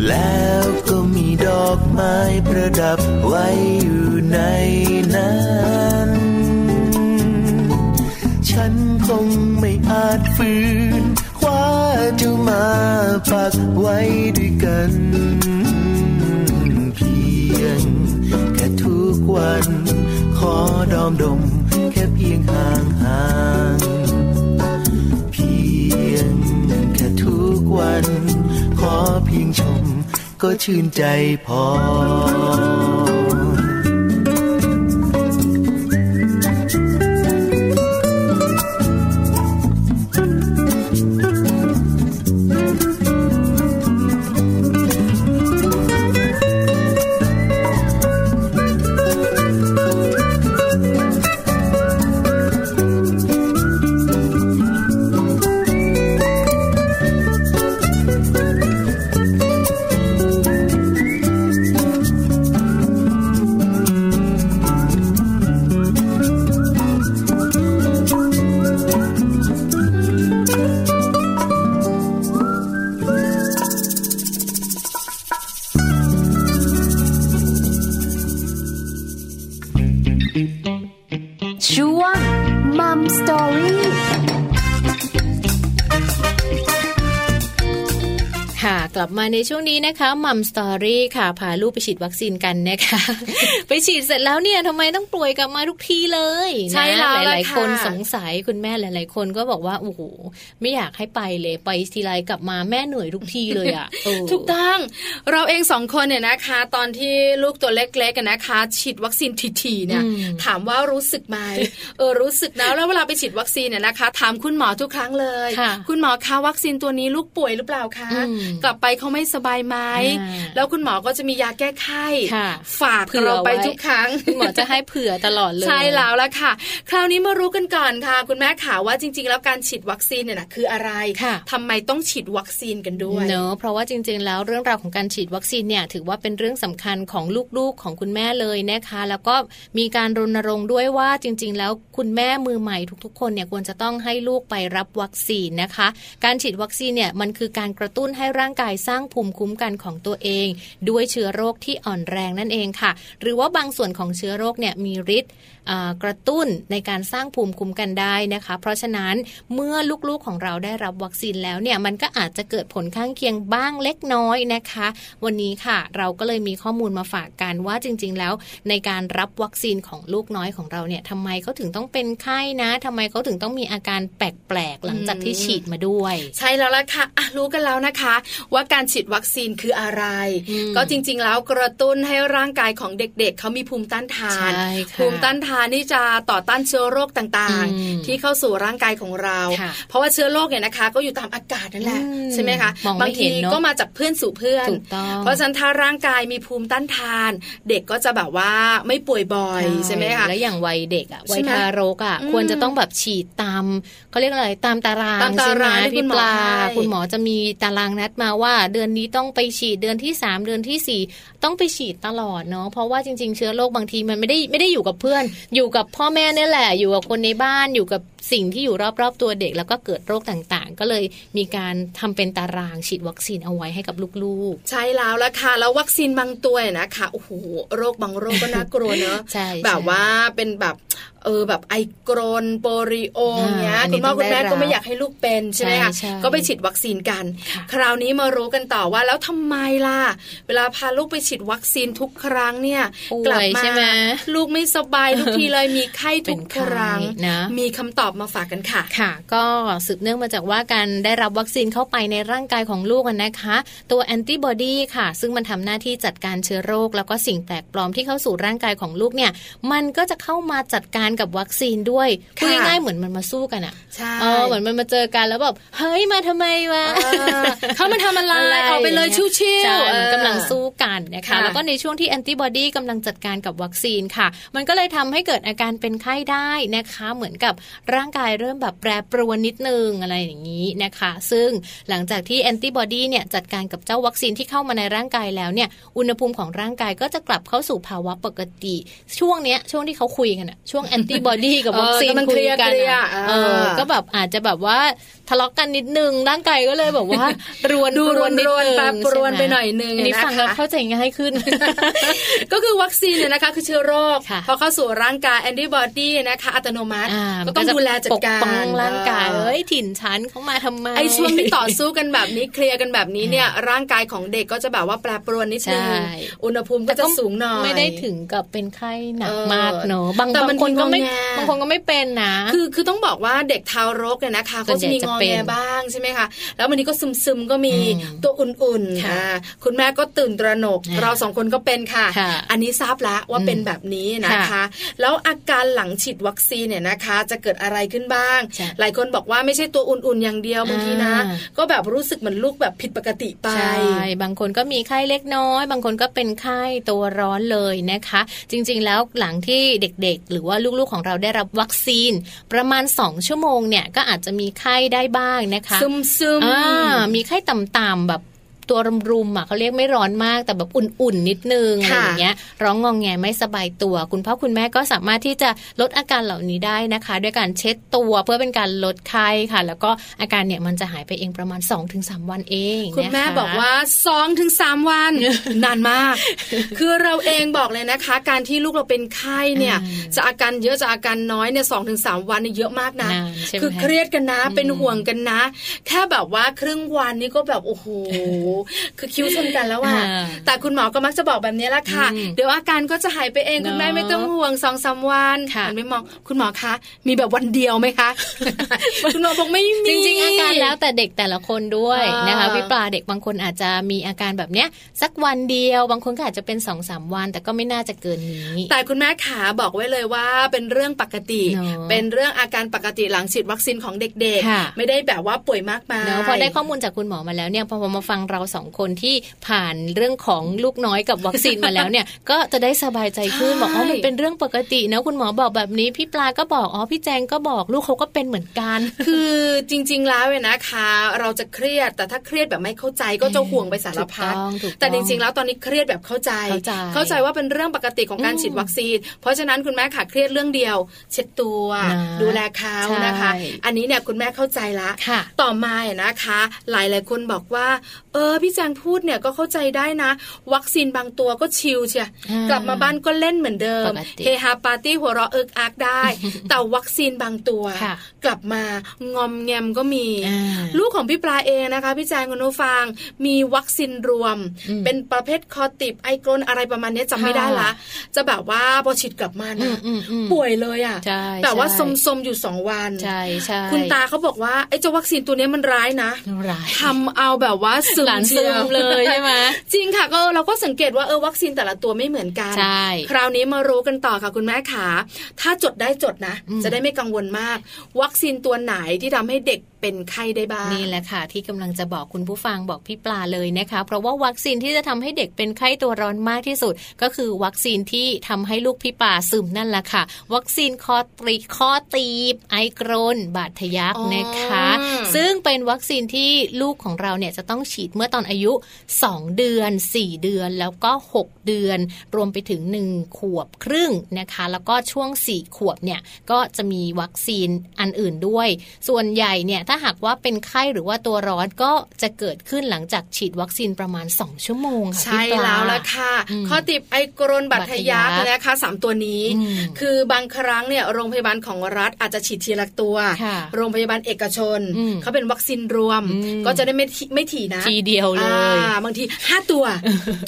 S5: แล้วก็มีดอกไม้ประดับไว้อยู่ในนั้น ฉันคงไม่อาจฝืนคว้าเจะมาปักไว้ด้วยกัน เพียงแค่ทุกวัน ขอดอมดม แค่เพียงห่างห่างๆเพียงแค่ทุกวัน ขอเพียงชม ก็ชื่นใจพอ
S6: ช่วงมัมสตอรี่
S3: ค่ะ กลับมาในช่วงนี้นะคะมัมสตอรี่ค่ะ พาลูกไปฉีดวัคซีนกันนะคะ ไปฉีดเสร็จแล้วเนี่ยทำไมต้องป่วยกลับมาทุกทีเลยนะ
S4: ใช่แล้ว
S3: ห
S4: ล่ะ
S3: ลาย
S4: ค่ะ
S3: ๆ คนสงสัยคุณแม่หลาย ๆ คนก็บอกว่าโอ้โหไม่อยากให้ไปเลยไปทีไรกลับมาแม่เหนื่อยทุกทีเลยอ่ะ เออ
S4: ถูกต้องเราเองสองคนเนี่ยนะคะ ตอนที่ลูกตัวเล็กๆกันนะคะ ฉีดวัคซีนทีๆเนี่ย
S3: อืม
S4: ถามว่ารู้สึกไหม เออรู้สึกนะแล้วเวลาไปฉีดวัคซีนเนี่ยนะคะ ถามคุณหมอทุกครั้งเลย
S3: ค่ะ
S4: คุณหมอคะวัคซีนตัวนี้ลูกป่วยหรือเปล่าคะ
S3: อืม
S4: กลับไปเขาไม่สบายไหม
S3: อ่า
S4: แล้วคุณหมอก็จะมียาแก้ไข้
S3: ค่ะ
S4: ฝาก
S3: เผื่อ
S4: เราไป
S3: ไว้
S4: ทุกครั้ง
S3: คุณหมอจะให้เผื่อตลอดเลย
S4: ใช่แล้วละค่ะ คราวนี้มารู้กันก่อนค่ะ คุณแม่ข่าวว่าจริง ๆ แล้วการฉีดวัคซีนเนี่ยนะคืออะไร
S3: ค่ะ
S4: ทำไมต้องฉีดวัคซีนกันด้วย
S3: เนอะเพราะว่าจริง ๆ แล้วเรื่องราวของการฉีดวัคซีนเนี่ยถือว่าเป็นเรื่องสำคัญของลูกๆของคุณแม่เลยนะคะ แล้วก็มีการรณรงค์ด้วยว่าจริง ๆ แล้วคุณแม่มือใหม่ทุกๆ คนเนี่ยควรจะต้องให้ลูกไปรับวัคซีนนะคะ การฉีดวัคซีนเนี่ยมันคือการกระตุ้นให้ร่างกายสร้างภูมิคุ้มกันของตัวเอง ด้วยเชื้อโรคที่อ่อนแรงนั่นเองค่ะ หรือว่าบางส่วนของเชื้อโรคเนี่ยมีฤทธิ์ อ่ากระตุ้นในการสร้างภูมิคุ้มกันได้นะคะ เพราะฉะนั้นเมื่อลูกๆของเราได้รับวัคซีนแล้วเนี่ยมันก็อาจจะเกิดผลข้างเคียงบ้างเล็กน้อยนะคะ วันนี้ค่ะ เราก็เลยมีข้อมูลมาฝากกันว่าจริง ๆ แล้ว ในการรับวัคซีนของลูกน้อยของเราเนี่ยทำไมเขาถึงต้องเป็นไข้นะทำไมเขาถึงต้องมีอาการแปลกๆหลังจากที่ฉีดมาด้วย
S4: ใช่แล้วล่ะค่ะอ่ะ รู้กันแล้วนะคะ ว่าการฉีดวัคซีนคืออะไร
S3: อืม
S4: ก็จริง ๆ แล้วกระตุ้นให้ร่างกายของเด็ก ๆ เขามีภูมิต้านทาน
S3: ใช่ค่ะ
S4: ภูมิต้านทานนี่จะต่อต้านเชื้อโรคต่าง
S3: อืม
S4: ๆ ที่เข้าสู่ร่างกายของเรา
S3: ค่ะ
S4: เพราะว่าเชื้อโรคเนี่ยนะคะ ก็อยู่ตามอากาศนั่นแหละ
S3: อืม
S4: ใช่ไหมคะ
S3: มองไม่
S4: บาง
S3: เห็
S4: ที
S3: นเนอะ
S4: ก็มาจากเพื่อนสู่เพื่อน
S3: ถูกต้อง
S4: เพราะฉะนั้นถ้าร่างกายมีภูมิต้านทาน เด็กก็จะแบบว่าไม่ป่วยบ่อยใช่ไหมคะ
S3: แล้วอย่างวัยเด็กอะ
S4: ใช่ไหม
S3: วัยทารกอะ
S4: อืม
S3: ควรจะต้องแบบฉีดตามเขาเรียกอะไรตามตาราง
S4: ตามตาราง
S3: ใช่ไหม
S4: ที่คุ
S3: พี่
S4: ณหมอ
S3: ปลา
S4: ให้
S3: คุณหมอจะมีตารางนัดมาว่า เดือนนี้ต้องไปฉีดเดือนที่สามเดือนที่สี่ต้องไปฉีดตลอดเนาะเพราะว่าจริง ๆ เชื้อโรคบางทีมันไม่ได้ไม่ได้อยู่กับเพื่อน อยู่กับพ่อแม่เนี่ยแหละ อยู่กับคนในบ้านอยู่กับสิ่งที่อยู่รอบๆตัวเด็ก แล้วก็เกิดโรคต่างๆ ก็เลยมีการทำเป็นตารางฉีดวัคซีนเอาไว้ให้กับลูก
S4: ใช่แล้วละค่ะแล้ววัคซีนบางตัวเนี่ยนะคะโอ้โหโรคบางโรคก็น่ากลัวเนอะ
S3: ใช่ใช่
S4: แบบว่าเป็นแบบเออแบบไอกรนโปลิโอเนี้ย
S3: อ่าอันนี้
S4: คุณพ่อ
S3: ต้อง
S4: คุณแม่
S3: ได้รับ
S4: ก็ไม่อยากให้ลูกเป็นใช่ไหมคะ
S3: ใช่ใช่
S4: ก็ไปฉีดวัคซีนกัน
S3: ค่ะ
S4: คราวนี้มารู้กันต่อว่าแล้วทำไมล่ะ เวลาพาลูกไปฉีดวัคซีนทุกครั้งเนี่ย
S3: ๆป่
S4: กลั
S3: วย
S4: มา
S3: ใช่ไหม
S4: ลูกไม่สบายทุกทีเลยมีไข้ทุก
S3: เป็นไข้
S4: ครั้ง
S3: นะ
S4: มีคำตอบมาฝากกันค่ะ
S3: ค่ะก็สืบเนื่องมาจากว่าการได้รับวัคซีนเข้าไปในร่างกายของลูกอะนะคะ ตัวแอนติบอดีค่ะ ซึ่งมันทำหน้าที่จัดการเชื้อโรค แล้วก็สิ่งแปลกปลอมที่เข้าสู่ร่างกายของลูกเนี่ย มันก็จะเข้ามาจัดการ กับวัคซีนด้วย
S4: ค่ะ
S3: พูดง่ายๆเหมือนมันมาสู้กันอะ
S4: ใช่
S3: เออเหมือนมันมาเจอกันแล้วแบบเฮ้ยมาทำไมวะ
S4: เอ อเขามาทำอะไร
S3: อะไร
S4: ออกไปเลย
S3: อย่างเงี้
S4: ชิวย ๆ
S3: ใช่
S4: เอ
S3: มัน
S4: อ
S3: กำลังสู้กันนะคะ
S4: ค่ะ
S3: แล้วก็ในช่วงที่แอนติบอดีกำลังจัดการกับวัคซีนค่ะ มันก็เลยทำให้เกิดอาการเป็นไข้ได้นะคะ เหมือนกับร่างกายเริ่มแบบแปรปรวนนิดนึงอะไรอย่างนี้นะคะ ซึ่งหลังจากที่แอนติบอดีเนี่ยจัดการกับเจ้าวัคซีนที่เข้ามาในร่างกายแล้วเนี่ย อุณหภูมิของร่างกายก็จะกลับเข้าสู่ภาวะปกติ ช่วงเนี้ยช่วงที่เขาคุยกันอะช่วงแอนติบอดีกับวัคซีน
S4: เออกำลัง
S3: คุ
S4: เคลี
S3: ย
S4: ยร์
S3: กัน
S4: เคลียร์
S3: อะเออ
S4: เออ
S3: ก็แบบอาจจะแบบว่าทะเลาะกันนิดนึงร่างกายก็เลยแบบว่า รวน
S4: ดูรวน
S3: ด
S4: รวน
S3: ง
S4: แปรปรวน
S3: ใช่ม
S4: ไปหน่อยนึง
S3: อันนี้
S4: นะคะ
S3: ฟังแล้วเข้าใจง่ายขึ้น
S4: ก็คือวัคซีนเนี่ยนะคะคือเชื้อโรค
S3: ค่ะ
S4: พอเข้าสู่ร่างกายแอนติบอดีนะคะอัตโนมัติ
S3: า
S4: ก็ต้อง
S3: มันจะ
S4: ดูแลจัดการ
S3: ปป้องร่างกาย
S4: เออ
S3: เอ้ยถิ่นฉันเขามาทำไม
S4: ไอช่วงที่ต่อสู้กันแบบนี้ เคลียร์กันแบบนี้เนี่ยร่างกายของเด็กก็จะแบบว่าแปรปรวนนิดนึง
S3: ใช่
S4: อุณหภูมิก็จะสูงหน่อย
S3: ไม่ได้ถึงกับเป็นไข้หนัก
S4: เออ
S3: มากเนอะบาง
S4: แต่มั
S3: บาน งคนก็ไม่
S4: มีงอแง
S3: บางคนก็ไม่เป็นนะ
S4: คือคือต้องบอกว่าเด็กทารกเนี่ยนะคะ
S3: ส่
S4: เขา
S3: วนใหญ่
S4: จะมีงอ
S3: จะเป็
S4: แง
S3: น
S4: บ้างใช่ไหมคะแล้ววันนี้ก็ซึมซึมๆก็มี
S3: อืม
S4: ตัวอุ่นๆ
S3: ค่ะ
S4: อ่าคุณแม่ก็ตื่นตระหนก
S3: ค่ะ
S4: เราสองคนก็เป็นค่ะ
S3: ค่ะ
S4: อันนี้ทราบละว่า
S3: อืม
S4: เป็นแบบนี้นะคะ
S3: ค่ะ
S4: แล้วอาการหลังฉีดวัคซีนเนี่ยนะคะ จะเกิดอะไรขึ้นบ้าง
S3: ใช่
S4: หลายคนบอกว่าไม่ใช่ตัวอุ่นๆอย่างเดียวบางทีนะ
S3: อ่า
S4: ก็แบบรู้สึกเหมือนลูกแบบผิดปกติไป
S3: ใช่บางคนก็มีไข้เล็กน้อย บางคนก็เป็นไข้ตัวร้อนเลยนะคะ จริงๆ แล้วหลังที่เด็กๆ หรือว่าลูกๆของเราได้รับวัคซีน ประมาณ 2 ชั่วโมงเนี่ยก็อาจจะมีไข้ได้บ้างนะคะ
S4: ซึมซึมๆ
S3: อ่ามีไข้ต่ำๆแบบตัวรุมๆอ่ะเขาเรียกไม่ร้อนมากแต่แบบอุ่นๆนิดนึงอะไร
S4: ค่ะ
S3: อย่างเงี้ย ร้องงองแงไม่สบายตัว คุณพ่อคุณแม่ก็สามารถที่จะลดอาการเหล่านี้ได้นะคะ ด้วยการเช็ดตัวเพื่อเป็นการลดไข้ค่ะ แล้วก็อาการเนี่ยมันจะหายไปเองประมาณ 2-3 วันเอง
S4: คุณแม่
S3: นะคะ
S4: บอกว่า2อถึงสวัน นานมาก คือเราเองบอกเลยนะคะ การที่ลูกเราเป็นไข้เนี่ย
S3: อืม
S4: จะอาการเยอะจะอาการน้อยเนี่ยสองถึงสามวันเนี่ยเยอะมากนะ
S3: นานใช่ไหม
S4: คือเครียดกันนะเป็นห่วงกันนะ แค่แบบว่าครึ่งวันนี่ก็แบบโอ้โห คือคิ้วชนกันแล้วอ่ะ
S3: อ่า
S4: แต่คุณหมอก็มักจะบอกแบบนี้ละค่ะ
S3: อืม
S4: เดี๋ยวอาการก็จะหายไปเอง
S3: เนอะ
S4: คุณแม่ไม่ต้องห่วงสองสามวัน
S3: ค่ะ
S4: หันไปมองคุณหมอคะ มีแบบวันเดียวไหม คะ คุณหมอบอกไม่มี
S3: จริงๆ อาการแล้วแต่เด็กแต่ละคนด้วย
S4: อ่าน
S3: นะคะพี่ปลาเด็กบางคนอาจจะมีอาการแบบเนี้ย สักวันเดียว บางคนก็อาจจะเป็นสองสามวัน แต่ก็ไม่น่าจะเกินนี้
S4: แต่คุณแม่ขาบอกไว้เลยว่าเป็นเรื่องปกติ
S3: เนอะ
S4: เป็นเรื่องอาการปกติหลังฉีดวัคซีนของเด็ก
S3: ค่ะ
S4: ๆ ไม่ได้แบบว่าป่วยมากมาย
S3: เนอะพอได้ข้อมูลจากคุณหมอมาแล้วเนี่ยพอมาฟังเราสองคนที่ผ่านเรื่องของลูกน้อยกับวัคซีนมาแล้ว เนี่ย ก็จะได้สบายใจขึ้น
S4: ใช่
S3: บอกว่ามันเป็นเรื่องปกตินะคุณหมอบอกแบบนี้พี่ปลาก็บอกอ๋อพี่แจงก็บอกลูกเขาก็เป็นเหมือนกัน
S4: คือจริงๆแล้วเนี่ยนะคะ เราจะเครียดแต่ถ้าเครียดแบบไม่เข้าใจก็จะห่วงไปสารพัด
S3: ถูกต้องถูกต้อง
S4: แต่จริงๆแล้วตอนนี้เครียดแบบเข้าใจ
S3: เข้าใจ
S4: เข้าใจว่าเป็นเรื่องปกติของการ
S3: อืม
S4: ฉีดวัคซีน เพราะฉะนั้นคุณแม่ขาเครียดเรื่องเดียว เช็ดตัว
S3: นะ
S4: ดูแลเขานะคะ
S3: ใช่
S4: อันนี้เนี่ยคุณแม่เข้าใจละ
S3: ค่ะ
S4: ต่อมาเนี่ยนะคะ หลายๆคนบอกว่า เออพี่แจงพูดเนี่ยก็เข้าใจได้นะ วัคซีนบางตัวก็ชิลเชีย
S3: อ่าก
S4: ลับมาบ้านก็เล่นเหมือนเดิม
S3: ปกติ
S4: เฮฮาปาร์ตี้หัวเราะเอิกอักได้ แต่วัคซีนบางตัว
S3: ค่ะ
S4: กลับมางอมแงมก็มี
S3: อ่า
S4: ลูกของพี่ปลาเองนะคะพี่แจงคุณโนฟัง มีวัคซีนรวม
S3: อืม
S4: เป็นประเภทคอติบไอกรนอะไรประมาณเนี้ยจำไม่ได้ละ
S3: ค่ะ
S4: จะแบบว่าพอฉีดกลับมา
S3: อื
S4: นะ
S3: มอืมอืม
S4: ป่วยเลยอ่ะ
S3: ใช่
S4: แบบว่า
S3: ใช่
S4: สมสมๆอยู่สองวัน
S3: ใช่ใช่
S4: คุณตาเขาบอกว่าไอ้เจ้าวัคซีนตัวเนี้ยมันร้ายนะ
S3: ร้าย
S4: ทำเอาแบบว่าซึม
S3: หลานซึ
S4: ชีว
S3: มเลยใช่ไหม
S4: จริงค่ะก็เราก็สังเกตว่าเออวัคซีนแต่ละตัวไม่เหมือนกัน
S3: ใช่
S4: คราวนี้มารู้กันต่อค่ะคุณแม่ขาถ้าจดได้จดนะ
S3: อืม
S4: จะได้ไม่กังวลมาก วัคซีนตัวไหนที่ทำให้เด็กเป็นไข้ได้บ้าง
S3: นี่แหละค่ะ ที่กำลังจะบอกคุณผู้ฟังบอกพี่ปลาเลยนะคะ เพราะว่าวัคซีนที่จะทำให้เด็กเป็นไข้ตัวร้อนมากที่สุด ก็คือวัคซีนที่ทำให้ลูกพี่ปลาซึมนั่นแหละค่ะ วัคซีนคอตรีคอตีบ ไอกรน บาดทะยัก
S4: อ๋อ
S3: นะคะ ซึ่งเป็นวัคซีนที่ลูกของเราเนี่ยจะต้องฉีดเมื่อตอนอายุ 2 เดือน 4 เดือนแล้วก็ 6 เดือน รวมไปถึง 1 ขวบครึ่งนะคะ แล้วก็ช่วง 4 ขวบเนี่ยก็จะมีวัคซีนอันอื่นด้วย ส่วนใหญ่เนี่ยถ้าหากว่าเป็นไข้หรือว่าตัวร้อนก็จะเกิดขึ้นหลังจากฉีดวัคซีนประมาณ 2 ชั่วโมงค่ะ
S4: ใช่
S3: พี่ปา
S4: แล้วละค่ะ
S3: อืม
S4: ข้อติบไอกรนบัตรทะยัก
S3: บัตรทะยัก
S4: นะคะสามตัวนี้
S3: อืม
S4: คือบางครั้งเนี่ยโรงพยาบาลของรัฐอาจจะฉีดทีละตัว
S3: ค่ะ
S4: โรงพยาบาลเอกชน
S3: อืม
S4: เขาเป็นวัคซีนรวม
S3: อืม
S4: ก็จะได้ไม่ทีไม่ถี่นะ
S3: ทีเดียวเลย
S4: อ่าบางทีห้าตัว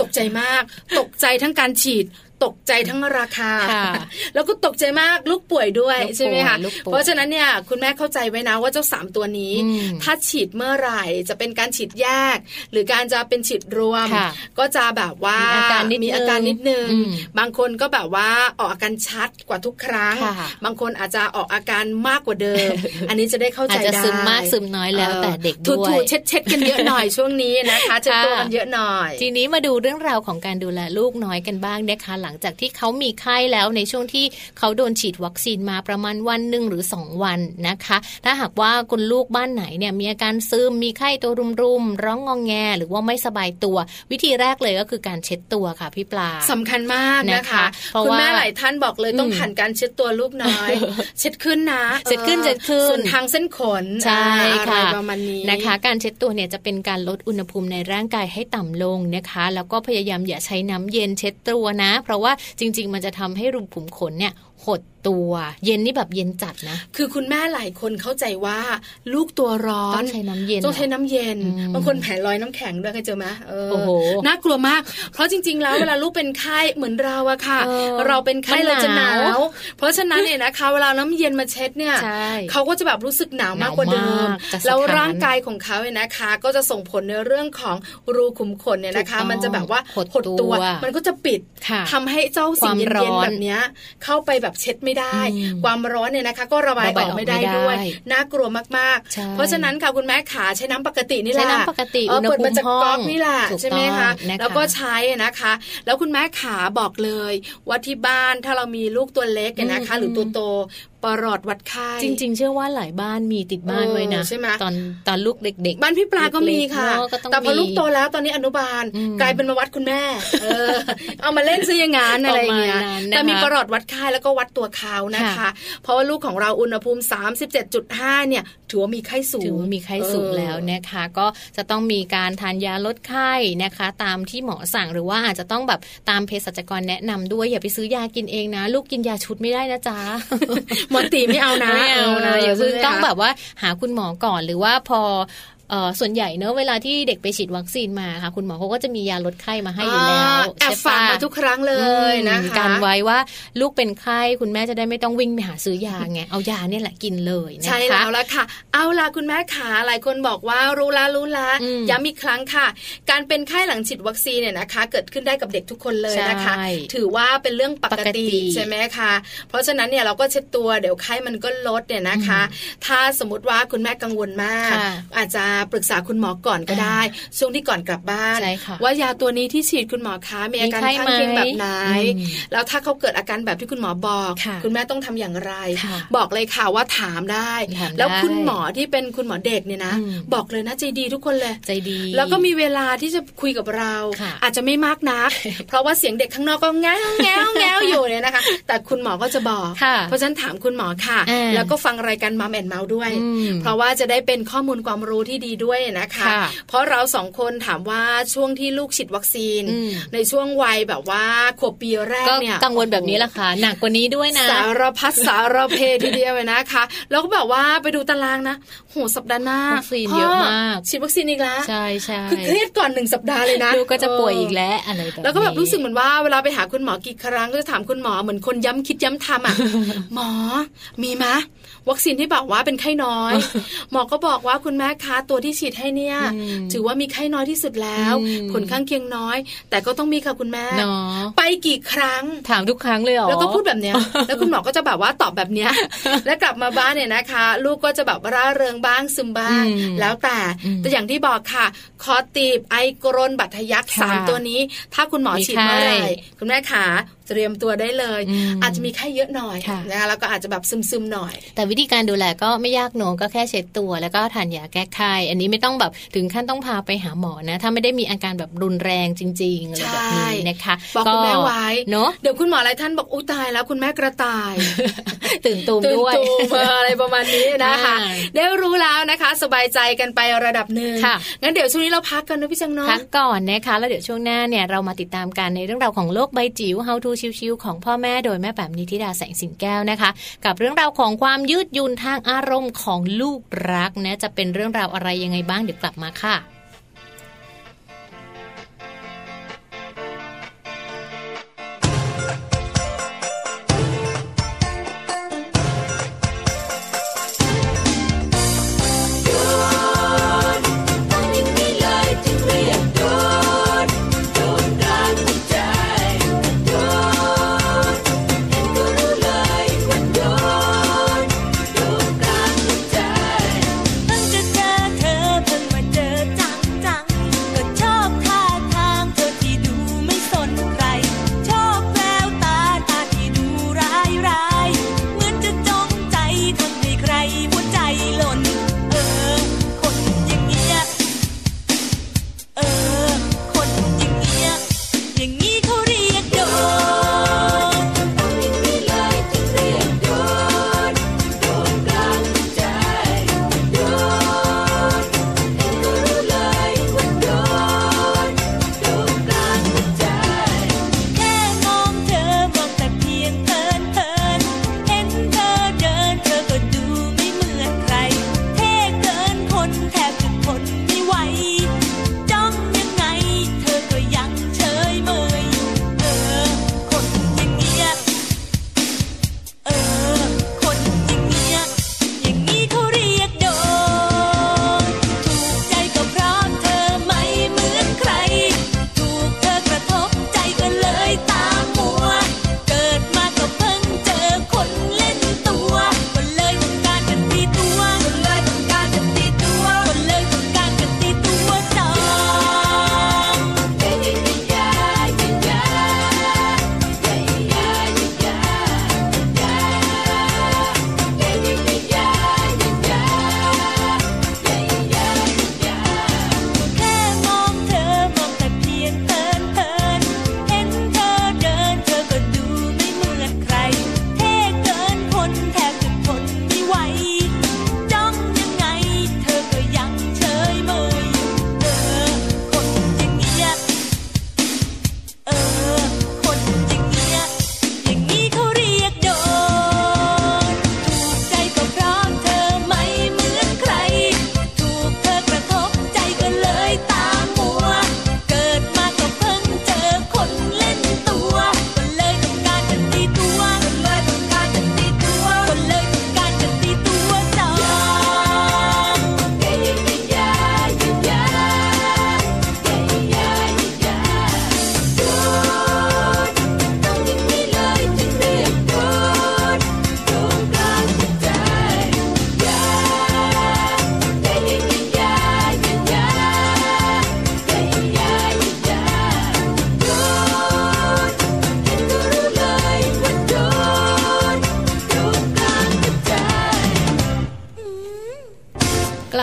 S4: ตกใจมาก ตกใจทั้งการฉีด ตกใจทั้งราคา
S3: ค่ะ
S4: แล้วก็ตกใจมากลูกป่วยด้วย
S3: ลูกป่วย
S4: ใช่ไหมคะ
S3: ลูกป่วย
S4: เพราะฉะนั้นเนี่ยคุณแม่เข้าใจไว้นะว่าเจ้าสามตัวนี้
S3: อืม
S4: ถ้าฉีดเมื่อไหร่จะเป็นการฉีดแยก หรือการจะเป็นฉีดรวม
S3: ค่ะ
S4: ก็จะแบบว่า
S3: มีอาการนิดนึง
S4: มีอาการนิดนึง
S3: อืม
S4: บางคนก็แบบว่าออกอาการชัดกว่าทุกครั้ง
S3: ค่ะ
S4: บางคนอาจจะออกอาการมากกว่าเดิม อันนี้จะได้เข้า
S3: อา
S4: ใจ
S3: จจะ
S4: ได้
S3: ซึมมากซึมน้อยแล้วแต่เด็กด้วย
S4: ถูๆเช็ดเช็ดๆกันเยอะหน่อย ช่วงนี้นะคะเช็ดตัวกันเยอะหน่อย
S3: ทีนี้มาดูเรื่องราวของการดูแลลูกน้อยกันบ้างนะคะ หลังจากที่เขามีไข้แล้วในช่วงที่เขาโดนฉีดวัคซีนมาประมาณวันหนึ่งหรือ 2 วันนะคะ ถ้าหากว่าคุณลูกบ้านไหนเนี่ยมีอาการซึมมีไข้ตัวรุมๆร้องงองแง หรือว่าไม่สบายตัว วิธีแรกเลยก็คือการเช็ดตัวค่ะพี่ปลา
S4: สำคัญมากนะ
S3: นะคะ
S4: คะ
S3: เพราะ
S4: คุณ
S3: ว่า
S4: แม่หลายท่านบอกเลยต้อง
S3: อืม
S4: ผ่านการเช็ดตัวลูกน้ อย เช็ดขึ้นนะ
S3: เช็ดขึ้น
S4: ออ
S3: เช็ดขึ้น
S4: ส่วนทางเส้นขน
S3: ใช่
S4: อ่า
S3: ค่ะ
S4: อะไรประมาณนี้
S3: นะคะ การเช็ดตัวเนี่ยจะเป็นการลดอุณหภูมิในร่างกายให้ต่ำลงนะคะ แล้วก็พยายามอย่าใช้น้ำเย็นเช็ดตัวนะ เพราะว่าจริง ๆ มันจะทำให้รูขุมขนเนี่ยหดตัว เย็นนี่แบบเย็นจัดนะ
S4: คือคุณแม่หลายคนเข้าใจว่าลูกตัวร้อน
S3: ต้องใช้น้ำเย็น
S4: ต้องใช้
S3: เหร
S4: น้ำเย็น
S3: อืม
S4: บางคนแผลลอยน้ำแข็งด้วยเคยเจอไหมเออ
S3: โอ้โห
S4: น่ากลัวมาก เพราะจริง ๆ แล้วเวลาลูกเป็นไข้เหมือนเราอะค่ะ
S3: เออ
S4: เราเป็นไข้
S3: มัน
S4: เราจะหนาว
S3: หนาว
S4: เพราะฉะนั้นเนี่ยนะคะ เวลาน้ำเย็นมาเช็ดเนี่ย
S3: ใช่
S4: เขาก็จะแบบรู้สึกหนาวมากกว่าเดิ
S3: หนา
S4: ม
S3: วมากจะสะท้าน
S4: แล้วร่างกายของเขาเนี่ยนะคะ ก็จะส่งผลในเรื่องของรูขุมขนเนี่ยนะคะ
S3: ถูกต้อง
S4: มันจะแบบว่า
S3: หดตัว
S4: มันก็จะปิด
S3: ค่ะ
S4: ทำให้เจ้าสิ่ง
S3: ความร้
S4: เย็น
S3: อ
S4: ๆ
S3: น
S4: แบบเนี้ยเข้าไปแบบเช็ดไม่ได้
S3: อืม
S4: ความร้อนเนี่ยนะคะ ก็ระบายอบ
S3: ระา
S4: อก
S3: ยออกไม่
S4: ไม่ได้ด้วย
S3: ได้
S4: น่ากลัวมาก
S3: ใช่
S4: ๆ เพราะฉะนั้นค่ะคุณแม่ขาใช้น้ำปกตินี่แห
S3: ใช้
S4: ละ
S3: น้ำปกติ
S4: เอ
S3: อุ
S4: อ
S3: ณห
S4: เปิดมา
S3: ภูมิ
S4: จาก
S3: ห้อง
S4: ก๊อกนี่แหละ
S3: ถูก
S4: ใช่ไหม
S3: ต้อง
S4: คะ
S3: น
S4: แล้วก็ใช้นะคะ แล้วคุณแม่ขาบอกเลยว่าที่บ้านถ้าเรามีลูกตัวเล็กเนี่ยนะคะ
S3: อืม
S4: หรือตัวโตปลอดวัดไข้
S3: จริง ๆ เชื่อว่าหลายบ้านมีติดบ้าน
S4: เออ
S3: ไว้นะ
S4: ใช่ไหม
S3: ตอนตอนลูกเด็ก
S4: บ้านพี่ปลาก็มีค่ะ
S3: เล็กๆเนอะก็ต้อง
S4: แต่พอ
S3: มี
S4: ลูกโตแล้วตอนนี้อนุบาล
S3: อืม
S4: กลายเป็นมาวัดคุณแม่ เออ เอามาเล่นซะอยังงั้นอะไรอย่างเงี้ย
S3: ประมาณนั้นนะคะ
S4: แต่มีประหลอดวัดไข้แล้วก็วัดตัวเขานะคะ
S3: ค่ะ
S4: เพราะว่าลูกของเราอุณหภูมิ 37.5 เนี่ย ถือว่ามีไข้สูง
S3: ๆ ถือว่ามีไข้สูงแล้ว
S4: เออ
S3: นะคะ ก็จะต้องมีการทานยาลดไข้นะคะ ตามที่หมอสั่งหรือว่าอาจจะต้องแบบตามเภสัชกรแนะนำด้วยอย่าไปซื้อยากินเองนะ ลูกกินยาชุดไม่ได้นะจ๊ะ
S4: หมอตีไม่เอานะ
S3: ไม่เอานะอย่าเพิ่ง
S4: ใช่ไหม
S3: ต้อง
S4: คะ
S3: แบบว่าหาคุณหมอก่อนหรือว่าพอเอ่อส่วนใหญ่เนอะเวลาที่เด็กไปฉีดวัคซีนมาค่ะ คุณหมอเขาก็จะมียาลดไข้มาให้อยู่แล้ว
S4: อ่าแอบ
S3: ใช่
S4: ฟัง
S3: ปะ
S4: มาทุกครั้งเลยนะ
S3: อื
S4: คะ
S3: มกันไว้ว่าลูกเป็นไข้คุณแม่จะได้ไม่ต้องวิ่งไปหาซื้อยาไง เอายาเนี่ยแหละกินเลยนะคะ
S4: ใช่แล้วละค่ะ เอาล่ะคุณแม่ขาหลายคนบอกว่ารู้ละรู้ละ
S3: อืม
S4: ย้ำอีกครั้งค่ะ การเป็นไข้หลังฉีดวัคซีนเนี่ยนะคะ เกิดขึ้นได้กับเด็กทุกคนเลยนะคะ
S3: ใช่
S4: ถือว่าเป็นเรื่องปก
S3: ปกติ
S4: ติใช่ไหมคะเพราะฉะนั้นเนี่ยเราก็เช็ดตัวเดี๋ยวไข้มันก็ลดเนี่ยนะคะ ถ้าสมมติว่าคุณแม่กังวลมาก
S3: ค่ะ
S4: อาจจะปรึกษาคุณหมอก่อนก็ได้ ช่วงที่ก่อนกลับบ้าน
S3: ใช่ค่ะ
S4: ว่ายาตัวนี้ที่ฉีดคุณหมอคะมีอาการ
S3: มีไข้
S4: ข้างเคียงแบบไหน
S3: ไหมอืม
S4: แล้วถ้าเขาเกิดอาการแบบที่คุณหมอบอก
S3: ค่ะ
S4: ณแม่ต้องทำอย่างไร
S3: ค่ะ
S4: บอกเลยค่ะว่าถามได้
S3: ถามได้
S4: แล้วคุณหมอที่เป็นคุณหมอเด็กเนี่ยนะ
S3: อืม
S4: บอกเลยนะใจดีทุกคนเลย
S3: ใจดี
S4: แล้วก็มีเวลาที่จะคุยกับเรา
S3: ค่ะ
S4: อาจจะไม่มากนั ก เพราะว่าเสียงเด็กข้างนอกก็แง้วแง้วแง้วอยู่เนี่ยนะคะ แต่คุณหมอก็จะบอก
S3: ค่ะ
S4: เพราะฉะนั้นถามคุณหมอค่ะ
S3: อ่า
S4: แล้วก็ฟังรายการมัมแอนเมาส์ด้วย
S3: อืม
S4: เพราะว่าจะได้เป็นข้อมูลความรู้ที่ดีด้วยนะคะ
S3: ค่ะ
S4: เพราะเราสองคนถามว่าช่วงที่ลูกฉีดวัคซีน
S3: อืม
S4: ในช่วงวัยแบบว่าขวบปีแรก
S3: ก็
S4: เนี่ย
S3: กังวลแบบนี้แหละค่ะ หนักกว่านี้ด้วยนะ
S4: สารพัดส ารเพทีเดียวเลยนะคะ แล้วก็แบบว่าไปดูตารางนะโหสัปดาห์หน้า
S3: วัคซีน
S4: พ่
S3: เยอะมาก
S4: ฉีดวัคซีนอีกแล้ว
S3: ใช่ใช่
S4: คือเครียดก่อนหนึ่งสัปดาห์เลยนะ
S3: ลูกก็จะป่วยอีก
S4: เ
S3: แล้วอะไรแบบนี้
S4: แล้วก็แบบรู้สึกเหมือนว่าเวลาไปหาคุณหมอกี่ครั้งก็จะถามคุณหมอเหมือนคนย้ำคิดย้ำทำอ่ะ หมอ มีมะวัคซีนที่บอกว่าเป็นไข้น้ อย หมอก็บอกว่าคุณแม่คะตัวที่ฉีดให้เนี่ย
S3: อืม
S4: ถือว่ามีไข้น้อยที่สุดแล้ว
S3: อืม
S4: ผลข้างเคียงน้อย แต่ก็ต้องมีค่ะคุณแม่
S3: เนาะ
S4: ไปกี่ครั้ง
S3: ถามทุกครั้งเลยเหรอ
S4: แล้วก็พูด แบบเนี้ย แล้วคุณหมอก็จะแบบว่าตอบแบบเนี้ย แล้วกลับมาบ้านเนี่ยนะคะ ลูกก็จะแบบร่าเริงบ้างซึมบ้าง
S3: อืม
S4: แล้วแต่
S3: อืม
S4: แต่อย่างที่บอกค่ะ คอตีบ ไอกรน บัตทะยัก
S3: ค่ะ
S4: สามตัวนี้ ถ้าคุณหมอ
S3: มี
S4: ฉีดเมื่อไหร่
S3: ไข้
S4: คุณแม่ขาเตรียมตัวได้เลย
S3: อืม
S4: อาจจะมีไข้เยอะหน่อย
S3: ค่ะ
S4: นะคะแล้วก็อาจจะแบบซึมๆหน่อย
S3: แต่วิธีการดูแลก็ไม่ยากหนูก็แค่เช็ดตัวแล้วก็ทานยาแก้ไข้อันนี้ไม่ต้องแบบถึงขั้นต้องพาไปหาหมอนะ ถ้าไม่ได้มีอาการแบบรุนแรงจริงๆอะไรแบบนี้นะคะ
S4: บอกคุณแม่ไว้
S3: เนาะ
S4: เดี๋ยวคุณหมอหลายท่านบอกอุ้ตายแล้วคุณแม่กระต่าย
S3: ตื่นตูม
S4: ตื่น
S3: ด้วย
S4: ตูมเอออะไรประมาณนี้นะคะ
S3: อ่า
S4: ได้รู้แล้วนะคะ สบายใจกันไประดับหนึ่ง
S3: ค่ะ
S4: งั้นเดี๋ยวช่วงนี้เราพักกันนะพี่จังเนาะ
S3: พักก่อนนะคะแล้วเดี๋ยวช่วงหน้าเนี่ยเรามาติดตามกันในเรื่องราวของโลกใบจิ๋ว How to ชิวๆของพ่อแม่โดยแม่แบบนิธิดาแสงสิงแก้วนะคะ กับเรื่องราวของความยืดหยุ่นทางอารมณ์ของลูกรักนะจะเป็นเรื่องราวอะไรยังไงบ้างเดี๋ยวกลับมาค่ะ
S2: ไ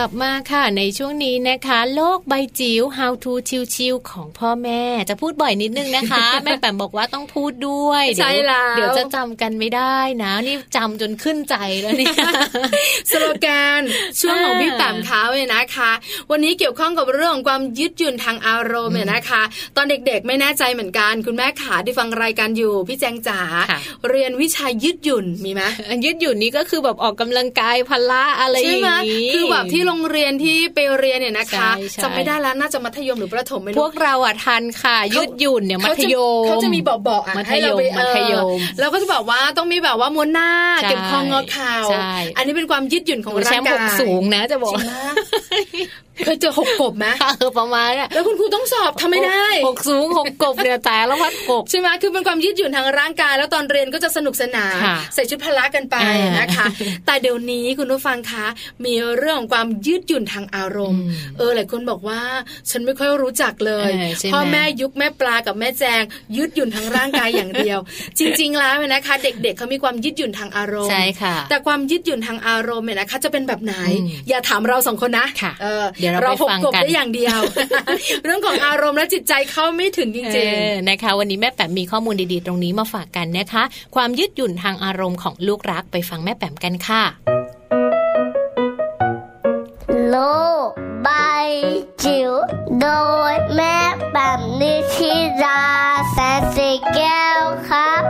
S3: ลับมาค่ะในช่วงนี้นะคะ โลกใบจิ๋ว How to ชิวๆของพ่อแม่ จะพูดบ่อยนิดนึงนะคะ แม่แปมบอกว่าต้องพูดด้วยเดี๋ย
S4: ใช่แล้ว
S3: เดี๋ยวจะจำกันไม่ได้นะ นี่จำจนขึ้นใจแล้ว เนี่ย
S4: สโลแกนช่วงของพี่แปมเขาเนี่ยนะคะ วันนี้เกี่ยวข้องกับเรื่องของความยืดหยุ่นทางอารมณ์เนี่ยนะคะ ตอนเด็กๆไม่แน่ใจเหมือนกัน คุณแม่ขาที่ฟังรายการอยู่ พี่แจงจ๋า
S3: ค่ะ
S4: เรียนวิชายืดหยุ่นมีไหม
S3: ยืดหยุ่นนี่ก็คือแบบออกกำลังกายพละอะไรอ
S4: ใช่
S3: ย่าง
S4: ไหม
S3: นี้
S4: คือแบบที่โรงเรียนที่ไปเรียนเนี่ยนะคะ
S3: ใช่ใช่
S4: จำไม่ได้แล้วน่าจะมัธยมหรือประถมไม่
S3: พ
S4: รู้
S3: วกเราอ่ะทันค่ะ
S4: เขา
S3: ยืดหยุ่นเนี่ยมัธยม
S4: เขาจะเขาจะมีบอกบอกอ่ะ
S3: มัธยม
S4: ให้เราไปเอ
S3: มัธยม
S4: อเราก็จะบอกว่าต้องมีแบบว่าม้วนหน้า
S3: ใช่
S4: เก็บคองอเข่า
S3: ใช่
S4: อันนี้เป็นความยืดหยุ่นของ
S3: โอ้แช
S4: ร่าง
S3: มป์
S4: กา
S3: ห
S4: ย
S3: กสูงนะจะบอก
S4: จริงมากเคยเจอหกกบไหม
S3: เออประมาณเนี่ย
S4: แล้วคุณครูต้องสอบทำไม่ได้
S3: หกสูงหกกบเนี่ยแต่ละวัดกบ
S4: ใช่ไหมคือเป็นความยืดหยุ่นทางร่างกาย แล้วตอนเรียนก็จะสนุกสนาน
S3: ค่ะ
S4: ใส่ชุดพละกันไป
S3: อ่าน
S4: นะคะ แต่เดี๋ยวนี้คุณผู้ฟังคะมีเรื่องของความยืดหยุ่นทางอารมณ์
S3: อืม
S4: เออหลายคนบอกว่าฉันไม่ค่อยรู้จักเลย
S3: เออใช่ไหม
S4: พ่อแม่ยุคแม่ปลากับแม่แจง ยืดหยุ่นทางร่างกายอย่างเดียว จริง ๆ แล้วเนี่ยนะคะ เด็ก ๆเขามีความยืดหยุ่นทางอารมณ์
S3: ใช่ค่ะ
S4: แต่ความยืดหยุ่นทางอารมณ์เนี่ยนะคะจะเป็นแบบไหน
S3: อืม
S4: อย่าถามเราสองคนนะ
S3: ค่ะ
S4: ออ
S3: เดี๋ยวเราไป
S4: หก
S3: ฟัง
S4: กบ
S3: กัน
S4: ได้อย่างเดียว เรื่องของอารมณ์และจิตใจเข้าไม่ถึงจริง
S3: เออนะคะ วันนี้แม่แปมมีข้อมูลดีๆ ตรงนี้มาฝากกันนะคะ ความยืดหยุ่นทางอารมณ์ของลูกรักไปฟังแม่แปมกันค่ะ
S7: โลกใบจิ๋วโดยแม่แบบนิชิราแสนสีแก้วครับ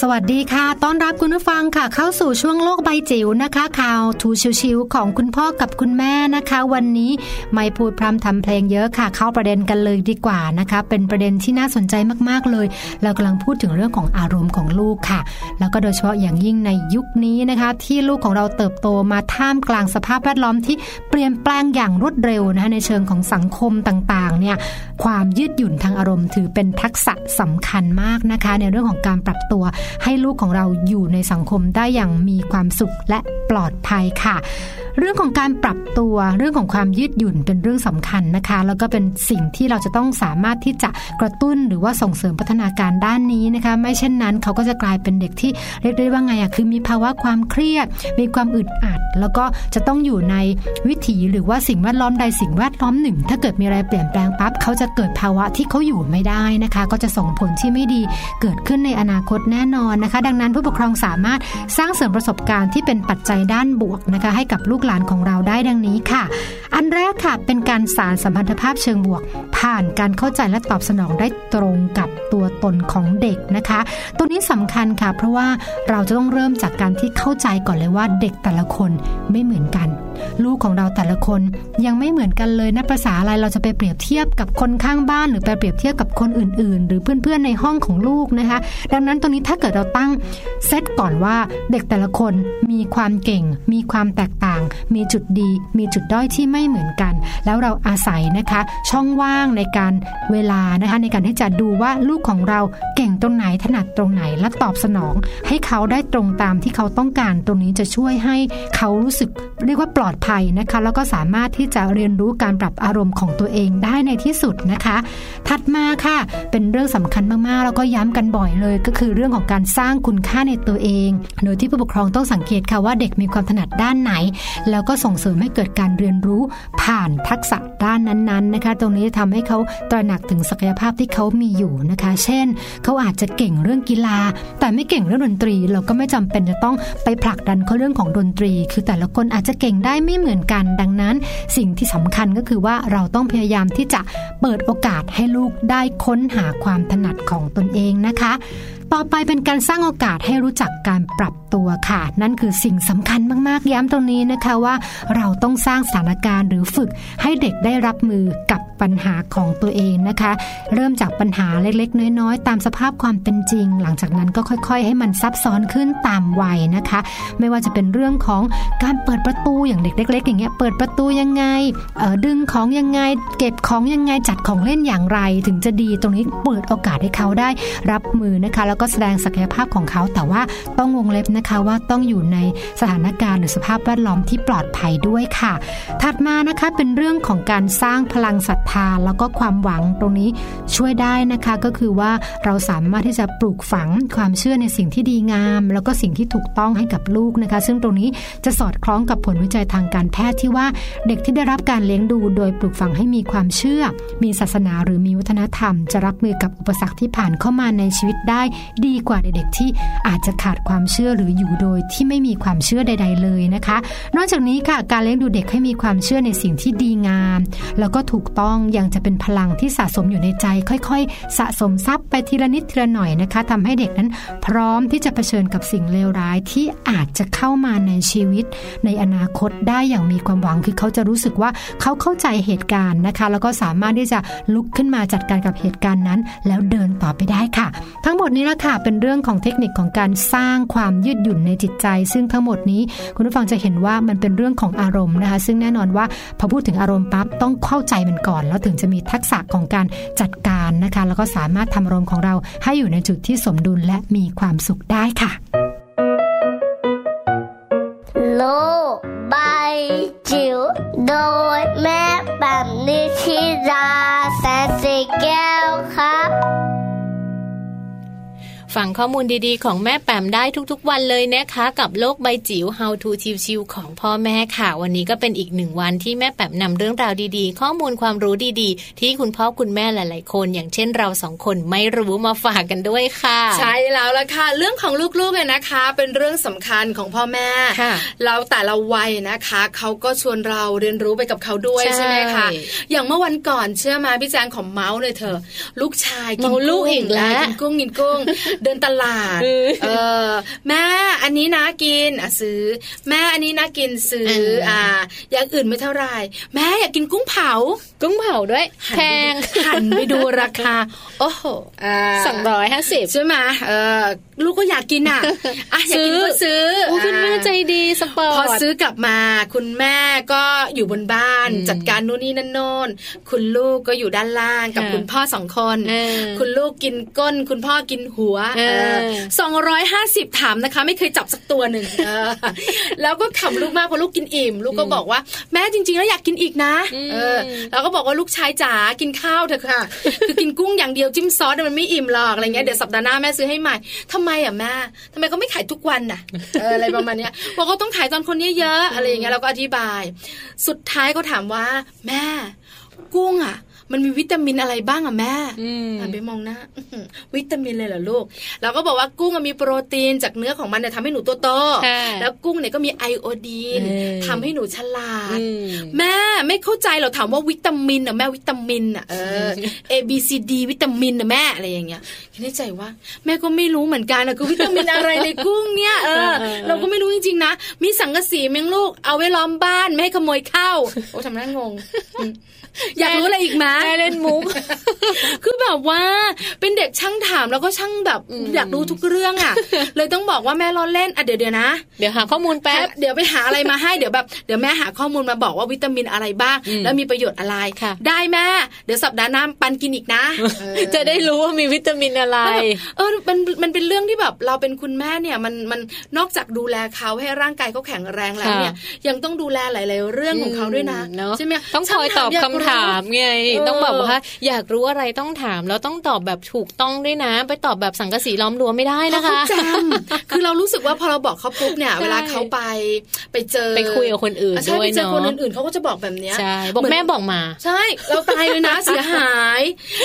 S8: สวัสดีค่ะ ต้อนรับคุณผู้ฟังค่ะ เข้าสู่ช่วงโลกใบจิ๋วนะคะ ข่าวทูชิวๆของคุณพ่อกับคุณแม่นะคะ วันนี้ไม่พูดพร่ำทำเพลงเยอะค่ะ เข้าประเด็นกันเลยดีกว่านะคะ เป็นประเด็นที่น่าสนใจมากๆเลย เรากำลังพูดถึงเรื่องของอารมณ์ของลูกค่ะ แล้วก็โดยเฉพาะอย่างยิ่งในยุคนี้นะคะ ที่ลูกของเราเติบโตมาท่ามกลางสภาพแวดล้อมที่เปลี่ยนแปลงอย่างรวดเร็วนะคะในเชิงของสังคมต่างๆเนี่ย ความยืดหยุ่นทางอารมณ์ถือเป็นทักษะสำคัญมากนะคะ ในเรื่องของการปรับตัว ให้ลูกของเราอยู่ในสังคมได้อย่างมีความสุขและปลอดภัยค่ะ เรื่องของการปรับตัวเรื่องของความยืดหยุ่นเป็นเรื่องสำคัญนะคะ แล้วก็เป็นสิ่งที่เราจะต้องสามารถที่จะกระตุ้นหรือว่าส่งเสริมพัฒนาการด้านนี้นะคะ ไม่เช่นนั้นเขาก็จะกลายเป็นเด็กที่เรียกได้ว่าไงอะคือมีภาวะความเครียด มีความอึดอัด แล้วก็จะต้องอยู่ในวิถีหรือว่าสิ่งแวดล้อมใดสิ่งแวดล้อมหนึ่ง ถ้าเกิดมีอะไรเปลี่ยนแปลงปั๊บเขาจะเกิดภาวะที่เขาอยู่ไม่ได้นะคะ ก็จะส่งผลที่ไม่ดีเกิดขึ้นในอนาคตแน่นอนนะคะ ดังนั้นผู้ปกครองสามารถสร้างเสริมประสบการณ์ที่เป็นปัจจัยด้านบวกนะคะ ให้กับลูกหลานของเราได้ดังนี้ค่ะ อันแรกค่ะเป็นการสารสัมพันธภาพเชิงบวก ผ่านการเข้าใจและตอบสนองได้ตรงกับตัวตนของเด็กนะคะ ตัวนี้สำคัญค่ะ เพราะว่าเราจะต้องเริ่มจากการที่เข้าใจก่อนเลยว่าเด็กแต่ละคนไม่เหมือนกัน ลูกของเราแต่ละคนยังไม่เหมือนกันเลยนะภาษาอะไรเราจะไปเปรียบเทียบกับคนข้างบ้าน หรือไปเปรียบเทียบกับคนอื่น ๆ หรือเพื่อนๆในห้องของลูกนะคะ ดังนั้นตรงนี้ถ้าเกิดเราตั้งเซตก่อนว่าเด็กแต่ละคนมีความเก่ง มีความแตกต่าง มีจุดดี มีจุดด้อยที่ไม่เหมือนกัน แล้วเราอาศัยนะคะ ช่องว่างในการเวลานะคะ ในการที่จะดูว่าลูกของเราเก่งตรงไหนถนัดตรงไหนและตอบสนอง ให้เขาได้ตรงตามที่เขาต้องการ ตรงนี้จะช่วยให้เขารู้สึกเรียกว่าปลอดภัยนะคะ แล้วก็สามารถที่จะเรียนรู้การปรับอารมณ์ของตัวเองได้ในที่สุดนะคะ ถัดมาค่ะ เป็นเรื่องสำคัญมากๆ แล้วก็ย้ำกันบ่อยเลย ก็คือเรื่องของการสร้างคุณค่าในตัวเอง โดยที่ผู้ปกครองต้องสังเกตค่ะว่าเด็กมีความถนัดด้านไหน แล้วก็ส่งเสริมให้เกิดการเรียนรู้ผ่านทักษะด้านนั้นๆนะคะ ตรงนี้จะทำให้เขาตระหนักถึงศักยภาพที่เขามีอยู่นะคะ เช่น เขาอาจจะเก่งเรื่องกีฬา แต่ไม่เก่งเรื่องดนตรี เราก็ไม่จำเป็นจะต้องไปผลักดันเขาเรื่องของดนตรี คือแต่ละคนอาจจะเก่งได้ไม่เหมือนกัน ดังนั้น สิ่งที่สำคัญก็คือว่าเราต้องพยายามที่จะเปิดโอกาสให้ลูกได้ค้นหาความถนัดของตนเองนะคะ ต่อไปเป็นการสร้างโอกาสให้รู้จักการปรับตัวค่ะ นั่นคือสิ่งสำคัญมากๆ ย้ำตรงนี้นะคะว่า เราต้องสร้างสถานการณ์หรือฝึกให้เด็กได้รับมือกับปัญหาของตัวเองนะคะ เริ่มจากปัญหาเล็กๆ น้อยๆ ตามสภาพความเป็นจริง หลังจากนั้นก็ค่อยๆ ให้มันซับซ้อนขึ้นตามวัยนะคะ ไม่ว่าจะเป็นเรื่องของการเปิดประตูอย่างเด็กเล็กๆอย่างเงี้ยเปิดประตูยังไงเอ่อดึงของยังไง เก็บของยังไงจัดของเล่นอย่างไร ถึงจะดีตรงนี้เปิดโอกาสให้เขาได้รับมือนะคะ แล้วก็แสดงศักยภาพของเขาแต่ว่าต้องวงเล็บนะคะว่าต้องอยู่ในสถานการณ์หรือสภาพแวดล้อมที่ ที่ปลอดภัยด้วยค่ะ ถัดมานะคะเป็นเรื่องของการสร้างพลังศรัทธาแล้วก็ความหวังตรงนี้ช่วยได้นะคะก็คือว่าเราสามารถที่จะปลูกฝังความเชื่อในสิ่งที่ดีงาม แล้วก็สิ่งที่ถูกต้องให้กับลูกนะคะ ซึ่งตรงนี้จะสอดคล้องกับผลวิจัยทางการแพทย์ที่ว่าเด็กที่ได้รับการเลี้ยงดูโดยปลูกฝังให้มีความเชื่อ มีศาสนาหรือมีวัฒนธรรม จะรับมือกับอุปสรรคที่ผ่านเข้ามาในชีวิตได้ ดีกว่าเด็กๆที่อาจจะขาดความเชื่อหรืออยู่โดยที่ไม่มีความเชื่อใด ๆ เลยนะคะ นอกจากนี้ค่ะการเลี้ยงดูเด็กให้มีความเชื่อในสิ่งที่ดีงาม แล้วก็ถูกต้องยังจะเป็นพลังที่สะสมอยู่ในใจ ค่อยๆ สะสมทรัพย์ไปทีละนิดทีละหน่อยนะคะทำให้เด็กนั้น พร้อมที่จะเผชิญกับสิ่งเลวร้ายที่อาจจะเข้ามาในชีวิต ในอนาคตได้อย่างมีความหวังคือเขาจะรู้สึกว่าเขาเข้าใจเหตุการณ์นะคะ แล้วก็สามารถที่จะลุกขึ้นมาจัดการกับเหตุการณ์นั้น แล้วเดินต่อไปได้ค่ะ ทั้งหมดนี้ละค่ะเป็นเรื่องของเทคนิคของการสร้างความยืดหยุ่นในจิตใจ ซึ่งทั้งหมดนี้คุณผู้ฟังจะเห็นว่ามันเป็นเรื่องของอารมณ์นะคะ ซึ่งแน่นอนว่าพอพูดถึงอารมณ์ปั๊บต้องเข้าใจมันก่อน แล้วถึงจะมีทักษะของการจัดการนะคะ แล้วก็สามารถทำอารมณ์ของเราให้อยู่ในจุดที่สมดุลและมีความสุขได้ค่ะ
S7: โลกใบจิ๋วโดยแม่แบบนิชิราแสนสีแก้วครับ
S3: ฟังข้อมูลดีๆ ของแม่แปมได้ทุกๆ วันเลยนะคะ กับโลกใบจิ๋ว How to ชิวๆของพ่อแม่ค่ะ วันนี้ก็เป็นอีกหนึ่งวันที่แม่แปมนำเรื่องราวดีๆ ข้อมูลความรู้ดีๆ ที่คุณพ่อคุณแม่หลายๆ คน อย่างเช่นเราสองคนไม่รู้มาฝากกันด้วยค่ะ
S4: ใช่แล้วล่ะค่ะ เรื่องของลูกๆเนี่ยนะคะ เป็นเรื่องสำคัญของพ่อแม่
S3: ค่ะ
S4: เราแต่ละวัยนะคะเขาก็ชวนเราเรียนรู้ไปกับเขาด้วย
S3: ใช่
S4: ใช่ไหมคะอย่างเมื่อวันก่อนเชื่อมาพี่แจงของเมาส์เลยเธอ ลูกชายกิน
S3: เมาลูก
S4: ง
S3: อีกแล้ว
S4: กินกุ้งกินกุ้ง เดินตลาด
S3: เออ
S4: เออแม่อันนี้นะกินอ่ะซื้อ แม่อันนี้นะกินซื้อ
S3: เอออ่
S4: อ่า อย่างอื่นไม่เท่าไหร่แม่อยากกินกุ้งเผา
S3: กุ้งเผาด้วย
S4: หัน
S3: แพ
S4: ไปดู
S3: ง
S4: หันไปดูรา คา โอ้โหอ่า
S3: สองร้อยห้าสิบ
S4: ใช่ไหมเออลูกก็อยากกิน อ่ะ อ่ะอยากกินก็ซื้อ
S3: โอ้คุณแม่ใจดีสปอร์ต
S4: พอซื้อกลับมา คุณแม่ก็อยู่บนบ้าน
S3: อืม
S4: จัดการนู่นนี่นั่นโน่นคุณลูกก็อยู่ด้านล่างกับ
S3: ค่ะ
S4: คุณพ่อสองคน
S3: เออ
S4: คุณลูกกินก้น คุณพ่อกินหัว
S3: เออ
S4: สองร้อยห้าสิบถามนะคะ ไม่เคยจับสักตัว หนึ่งเออแล้วก็ขำลูกมากเพราะลูกกินอิ่ม ลูกก็บอกว่าแม่จริง ๆ แล้วอยากกินอีกนะเออเราก็บอกว่าลูกชายจ๋ากินข้าวเถอะค่ะ คือกินกุ้งอย่างเดียวจิ้มซอสเนี่ยมันไม่อิ่มหรอกอะไรเงี้ยเดี๋ยวสัปดาห์หน้าแม่ซื้อให้ใหม่ทำไมอ่ะแม่ทำไมก็ไม่ขายทุกวันน่ะเอออะไรประมาณเนี้ยบอกว่าต้องขายตอนคนเยอะๆอะไรอย่างเงี้ยเราก็อธิบาย สุดท้ายก็ถามว่า แม่ กุ้งอ่ะ มันมีวิตามินอะไรบ้างอ่ะแม่
S3: อืม
S4: หันไปมองหน้าอื้อหือวิตามินเลยเหรอลูกเราก็บอกว่ากุ้งอะมีโปรตีนจากเนื้อของมันเนี่ยทำให้หนูตัวโต
S3: ค่ะ
S4: แล้วกุ้งเนี่ยก็มีไอโอดีน
S3: เออ
S4: ทำให้หนูฉลาด
S3: อืม
S4: แม่ไม่เข้าใจเราถามว่าวิตามินอ่ะแม่วิตามินอ่ะเออ A B C D วิตามินอ่ะแม่อะไรอย่างเงี้ยคิดในใจว่า แม่ก็ไม่รู้เหมือนกันนะคือวิตามินอะไรในกุ้งเนี่ยเออ
S3: เออเออ
S4: เราก็ไม่รู้จริงๆนะ มีสังกะสีเมงลูกเอาไว้ล้อมบ้าน ไม่ให้ขโมยเข้า โอ้ทำหน้างงอืมอยากรู้อะไรอีกไหม
S3: แม่เล่นมุก
S4: คือแบบว่าเป็นเด็กช่างถามแล้วก็ช่างแบบ
S3: อืม
S4: อยากรู้ทุกเรื่อง อ่ะ เลยต้องบอกว่าแม่ล้อเล่นอ่ะเดี๋ยวเดี๋ยวๆนะ
S3: เดี๋ยวหาข้อมูลแป๊บ
S4: เดี๋ยวไปหาอะไรมาให้เดี๋ยวแบบเดี๋ยวแม่หาข้อมูลมาบอกว่าวิตามินอะไรบ้าง
S3: อืม
S4: แล้วมีประโยชน์อะไร
S3: ค่ะ
S4: ได้แม่เดี๋ยวสัปดาห์หน้าปันกินอีกนะ
S3: จะได้รู้ว่ามีวิตามินอะไร
S4: เออมันมันเป็นเรื่องที่แบบเราเป็นคุณแม่เนี่ยมันมันนอกจากดูแลเขาให้ร่างกายเขาแข็งแรงแล้วเนี่ย ยังต้องดูแลหลาย ๆ เรื่องของเขาด้วยนะ
S3: อืมเนอะ
S4: ใช่ไหม
S3: ต้องคอยตอบคำถามไง
S4: เออ
S3: ต้องแบบว่าอยากรู้อะไรต้องถาม แล้วต้องตอบแบบถูกต้องด้วยนะ ไปตอบแบบสังกะสีล้อมรั้วไม่ได้นะคะ
S4: เขาจำ คือเรารู้สึกว่าพอเราบอกเขาปุ๊บเนี่ย
S3: ใช่
S4: เวลาเขาไปไปเจอ
S3: ไปคุยกับคนอื่น
S4: อ่ะใช่
S3: ด้ว
S4: ไป
S3: ย
S4: เจอ
S3: เนาะ
S4: คนอื่นๆเขาก็จะบอกแบบเนี้ย
S3: ใช่ บอก
S4: เหน
S3: แม่บอกมา
S4: ใช่ เราตายเลยนะ เสียหาย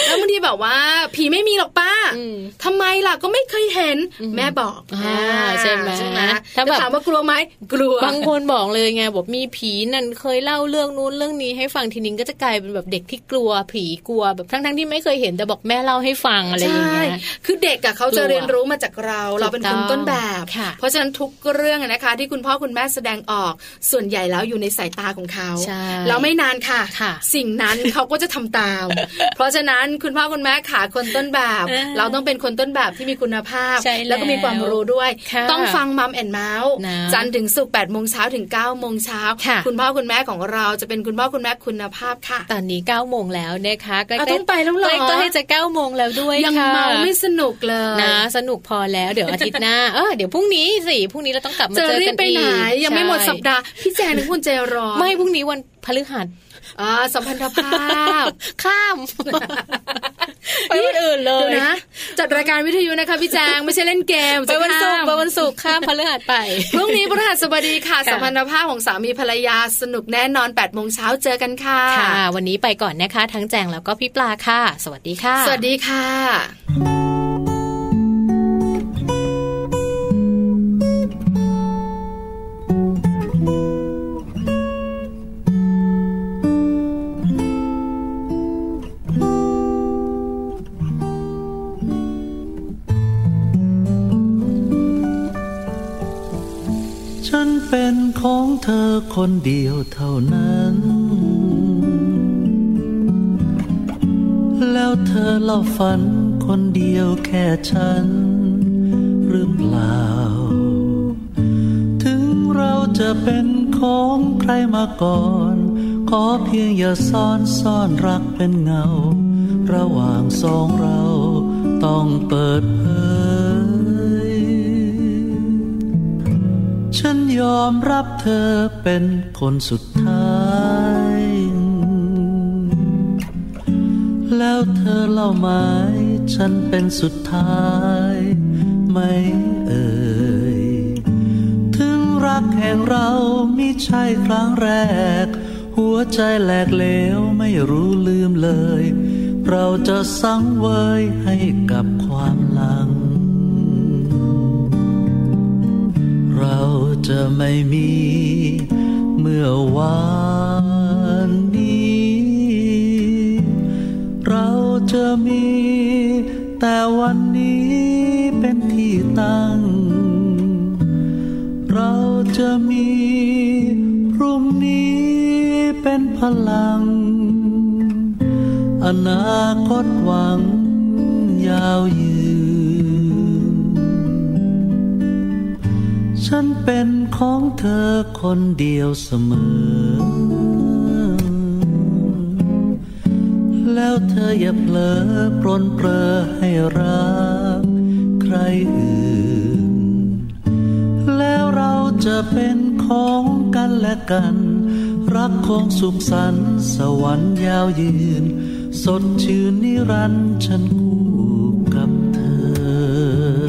S4: แล้วบางทีแบบว่า ผีไม่มีหรอกป้า
S3: อืม
S4: ทำไมล่ะก็ไม่เคยเห็น
S3: อืม
S4: แม่บอก
S3: อ่าใช่ไหม
S4: ไหม
S3: ถ้าแบ
S4: แล้ว
S3: บ
S4: ถามว่ากลัวไหมกลัว
S3: บางคนบอกเลยไงบอกมีผีนั่นเคยเล่าเรื่องนู้นเรื่องนี้ให้ฟังทีนึงก็จะกลายเป็นแบบเด็กที่กลัวผีกลัวแบบทั้งๆที่ไม่เคยเห็นแต่บอกแม่เล่าให้ฟังอะไรอย่างเงี้ย
S4: ใช่ คือเด็กอะเขาจะ
S3: กลัว
S4: เรียนรู้มาจากเรา เราเป็นคนต้นแบบ
S3: ค่ะ
S4: เพราะฉะนั้นทุกเรื่องอะนะคะ ที่คุณพ่อคุณแม่แสดงออก ส่วนใหญ่แล้วอยู่ในสายตาของเขา
S3: ใช่
S4: แล้วไม่นานค่ะ
S3: ค่ะ
S4: สิ่งนั้น เขาก็จะทำตา ม เพราะฉะนั้นคุณพ่อคุณแม่ขาคนต้นแบบ
S3: เออ
S4: เราต้องเป็นคนต้นแบบที่มีคุณภาพ
S3: ใช่แล้ว
S4: แล้วก็มีความรู้ด้วย
S3: ค่ะ
S4: ต้องฟังมัมแอนเมาส์
S3: นะ
S4: จันทร์ถึงศุกร์แปดโมงเช้าถึง9ก้าโมงเช้า
S3: ค่ะ
S4: ณพ่อคุณแม่ของเราจะเป็นคุณพ่อคุณแม่คุณภาพค่ะ
S3: ตอนนี้9ก้าโมงแล้ว แล้วนะคะใกล้
S4: เอาต้องไปแล้วเหรอ
S3: ใกล้ๆจะ เก้าโมงแล้วด้วย
S4: ยัง
S3: ค่ะ
S4: เมาไม่สนุกเลย
S3: นะสนุกพอแล้วเดี๋ยวอาทิตย์หน้า เออเดี๋ยวพรุ่งนี้สิพรุ่งนี้เราต้องกลับมา
S4: จะ
S3: เจอ
S4: รี
S3: กับ น
S4: ไปไหน
S3: อีก
S4: ยังไม่หมดสัปดาห์พี่แจงนึกคุณใจร้อน
S3: ไม่พรุ่งนี้วันพฤหัส
S4: อ่าสัมพันธภา พ
S3: ข้าม ไปวันอื่นเล
S4: เดี๋ยวย นะ จัดรายการวิทยุนะคะพี่แจงไม่ใช่เล่นเกม
S3: ไปวันศุกร์
S4: จะ
S3: ไป
S4: ข้าม
S3: วันศุกร์ข้ามพฤหัสไป
S4: พรุ่งนี้พระหัสบดีค่ะ
S3: ค่ะ
S4: สัมพันธภาพของสามีภรรยาสนุกแน่นอน8ปดโมงเช้าเจอกันค่ะ
S3: ค่ะ วันนี้ไปก่อนนะคะ ทั้งแจงแล้วก็พี่ปลาค่ะ สวัสดีค่ะ
S4: สวัสดีค่ะ
S9: ฉันเป็นของเธอคนเดียวเท่านั้น แล้วเธอเล่าฝันคนเดียวแค่ฉัน หรือเปล่า ถึงเราจะเป็นของใครมาก่อน ขอเพียงอย่าซ่อนซ่อนรักเป็นเงา ระหว่างสองเราต้องเปิดเผย ฉันยอมรับเธอเป็นคนสุดท้าย แล้วเธอเล่าไหมฉันเป็นสุดท้ายไหม่เอ่ย ถึงรักแห่งเรามิใช่ครั้งแรก หัวใจแหลกเหลวไม่รู้ลืมเลย เราจะสังเวยให้กับความหลัง เราจะไม่มีเมื่อวานนี้ เราจะมีแต่วันนี้เป็นที่ตั้ง เราจะมีพรุ่งนี้เป็นพลัง อนาคตหวังยาวยืน ฉันเป็นของเธอคนเดียวเสมอ แล้วเธออย่าเผลอปรนเปรอให้รักใครอื่น แล้วเราจะเป็นของกันและกัน รักคงสุขสันต์สวรรค์ยาวยืน สดชื่นนิรันดร์ฉันคู่กับเธอ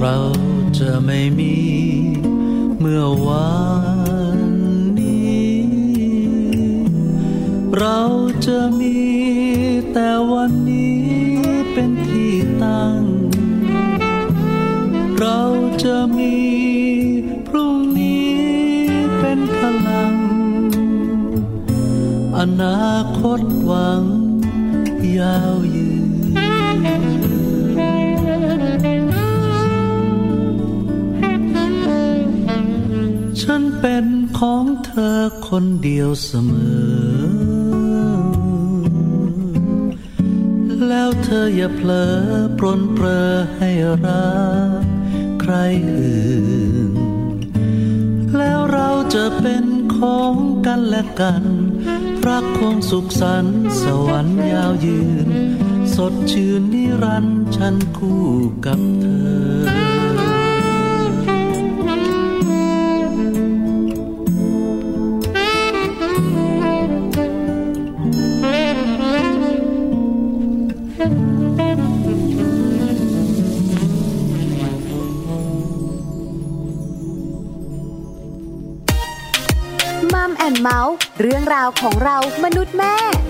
S9: เราจะไม่มีเมื่อวานนี้ เราจะมีแต่วันนี้เป็นที่ตั้ง เราจะมีพรุ่งนี้เป็นพลัง อนาคตหวังยาวยืน ฉันเป็นของเธอคนเดียวเสมอ แล้วเธออย่าเผลอปรนเปรอให้รักใครอื่น แล้วเราจะเป็นของกันและกัน รักคงสุขสันต์สวรรค์ยาวยืน สดชื่นนิรันดร์ฉันคู่กับเธอ
S1: มัมแอนเมาส์เรื่องราวของเรามนุษย์แม่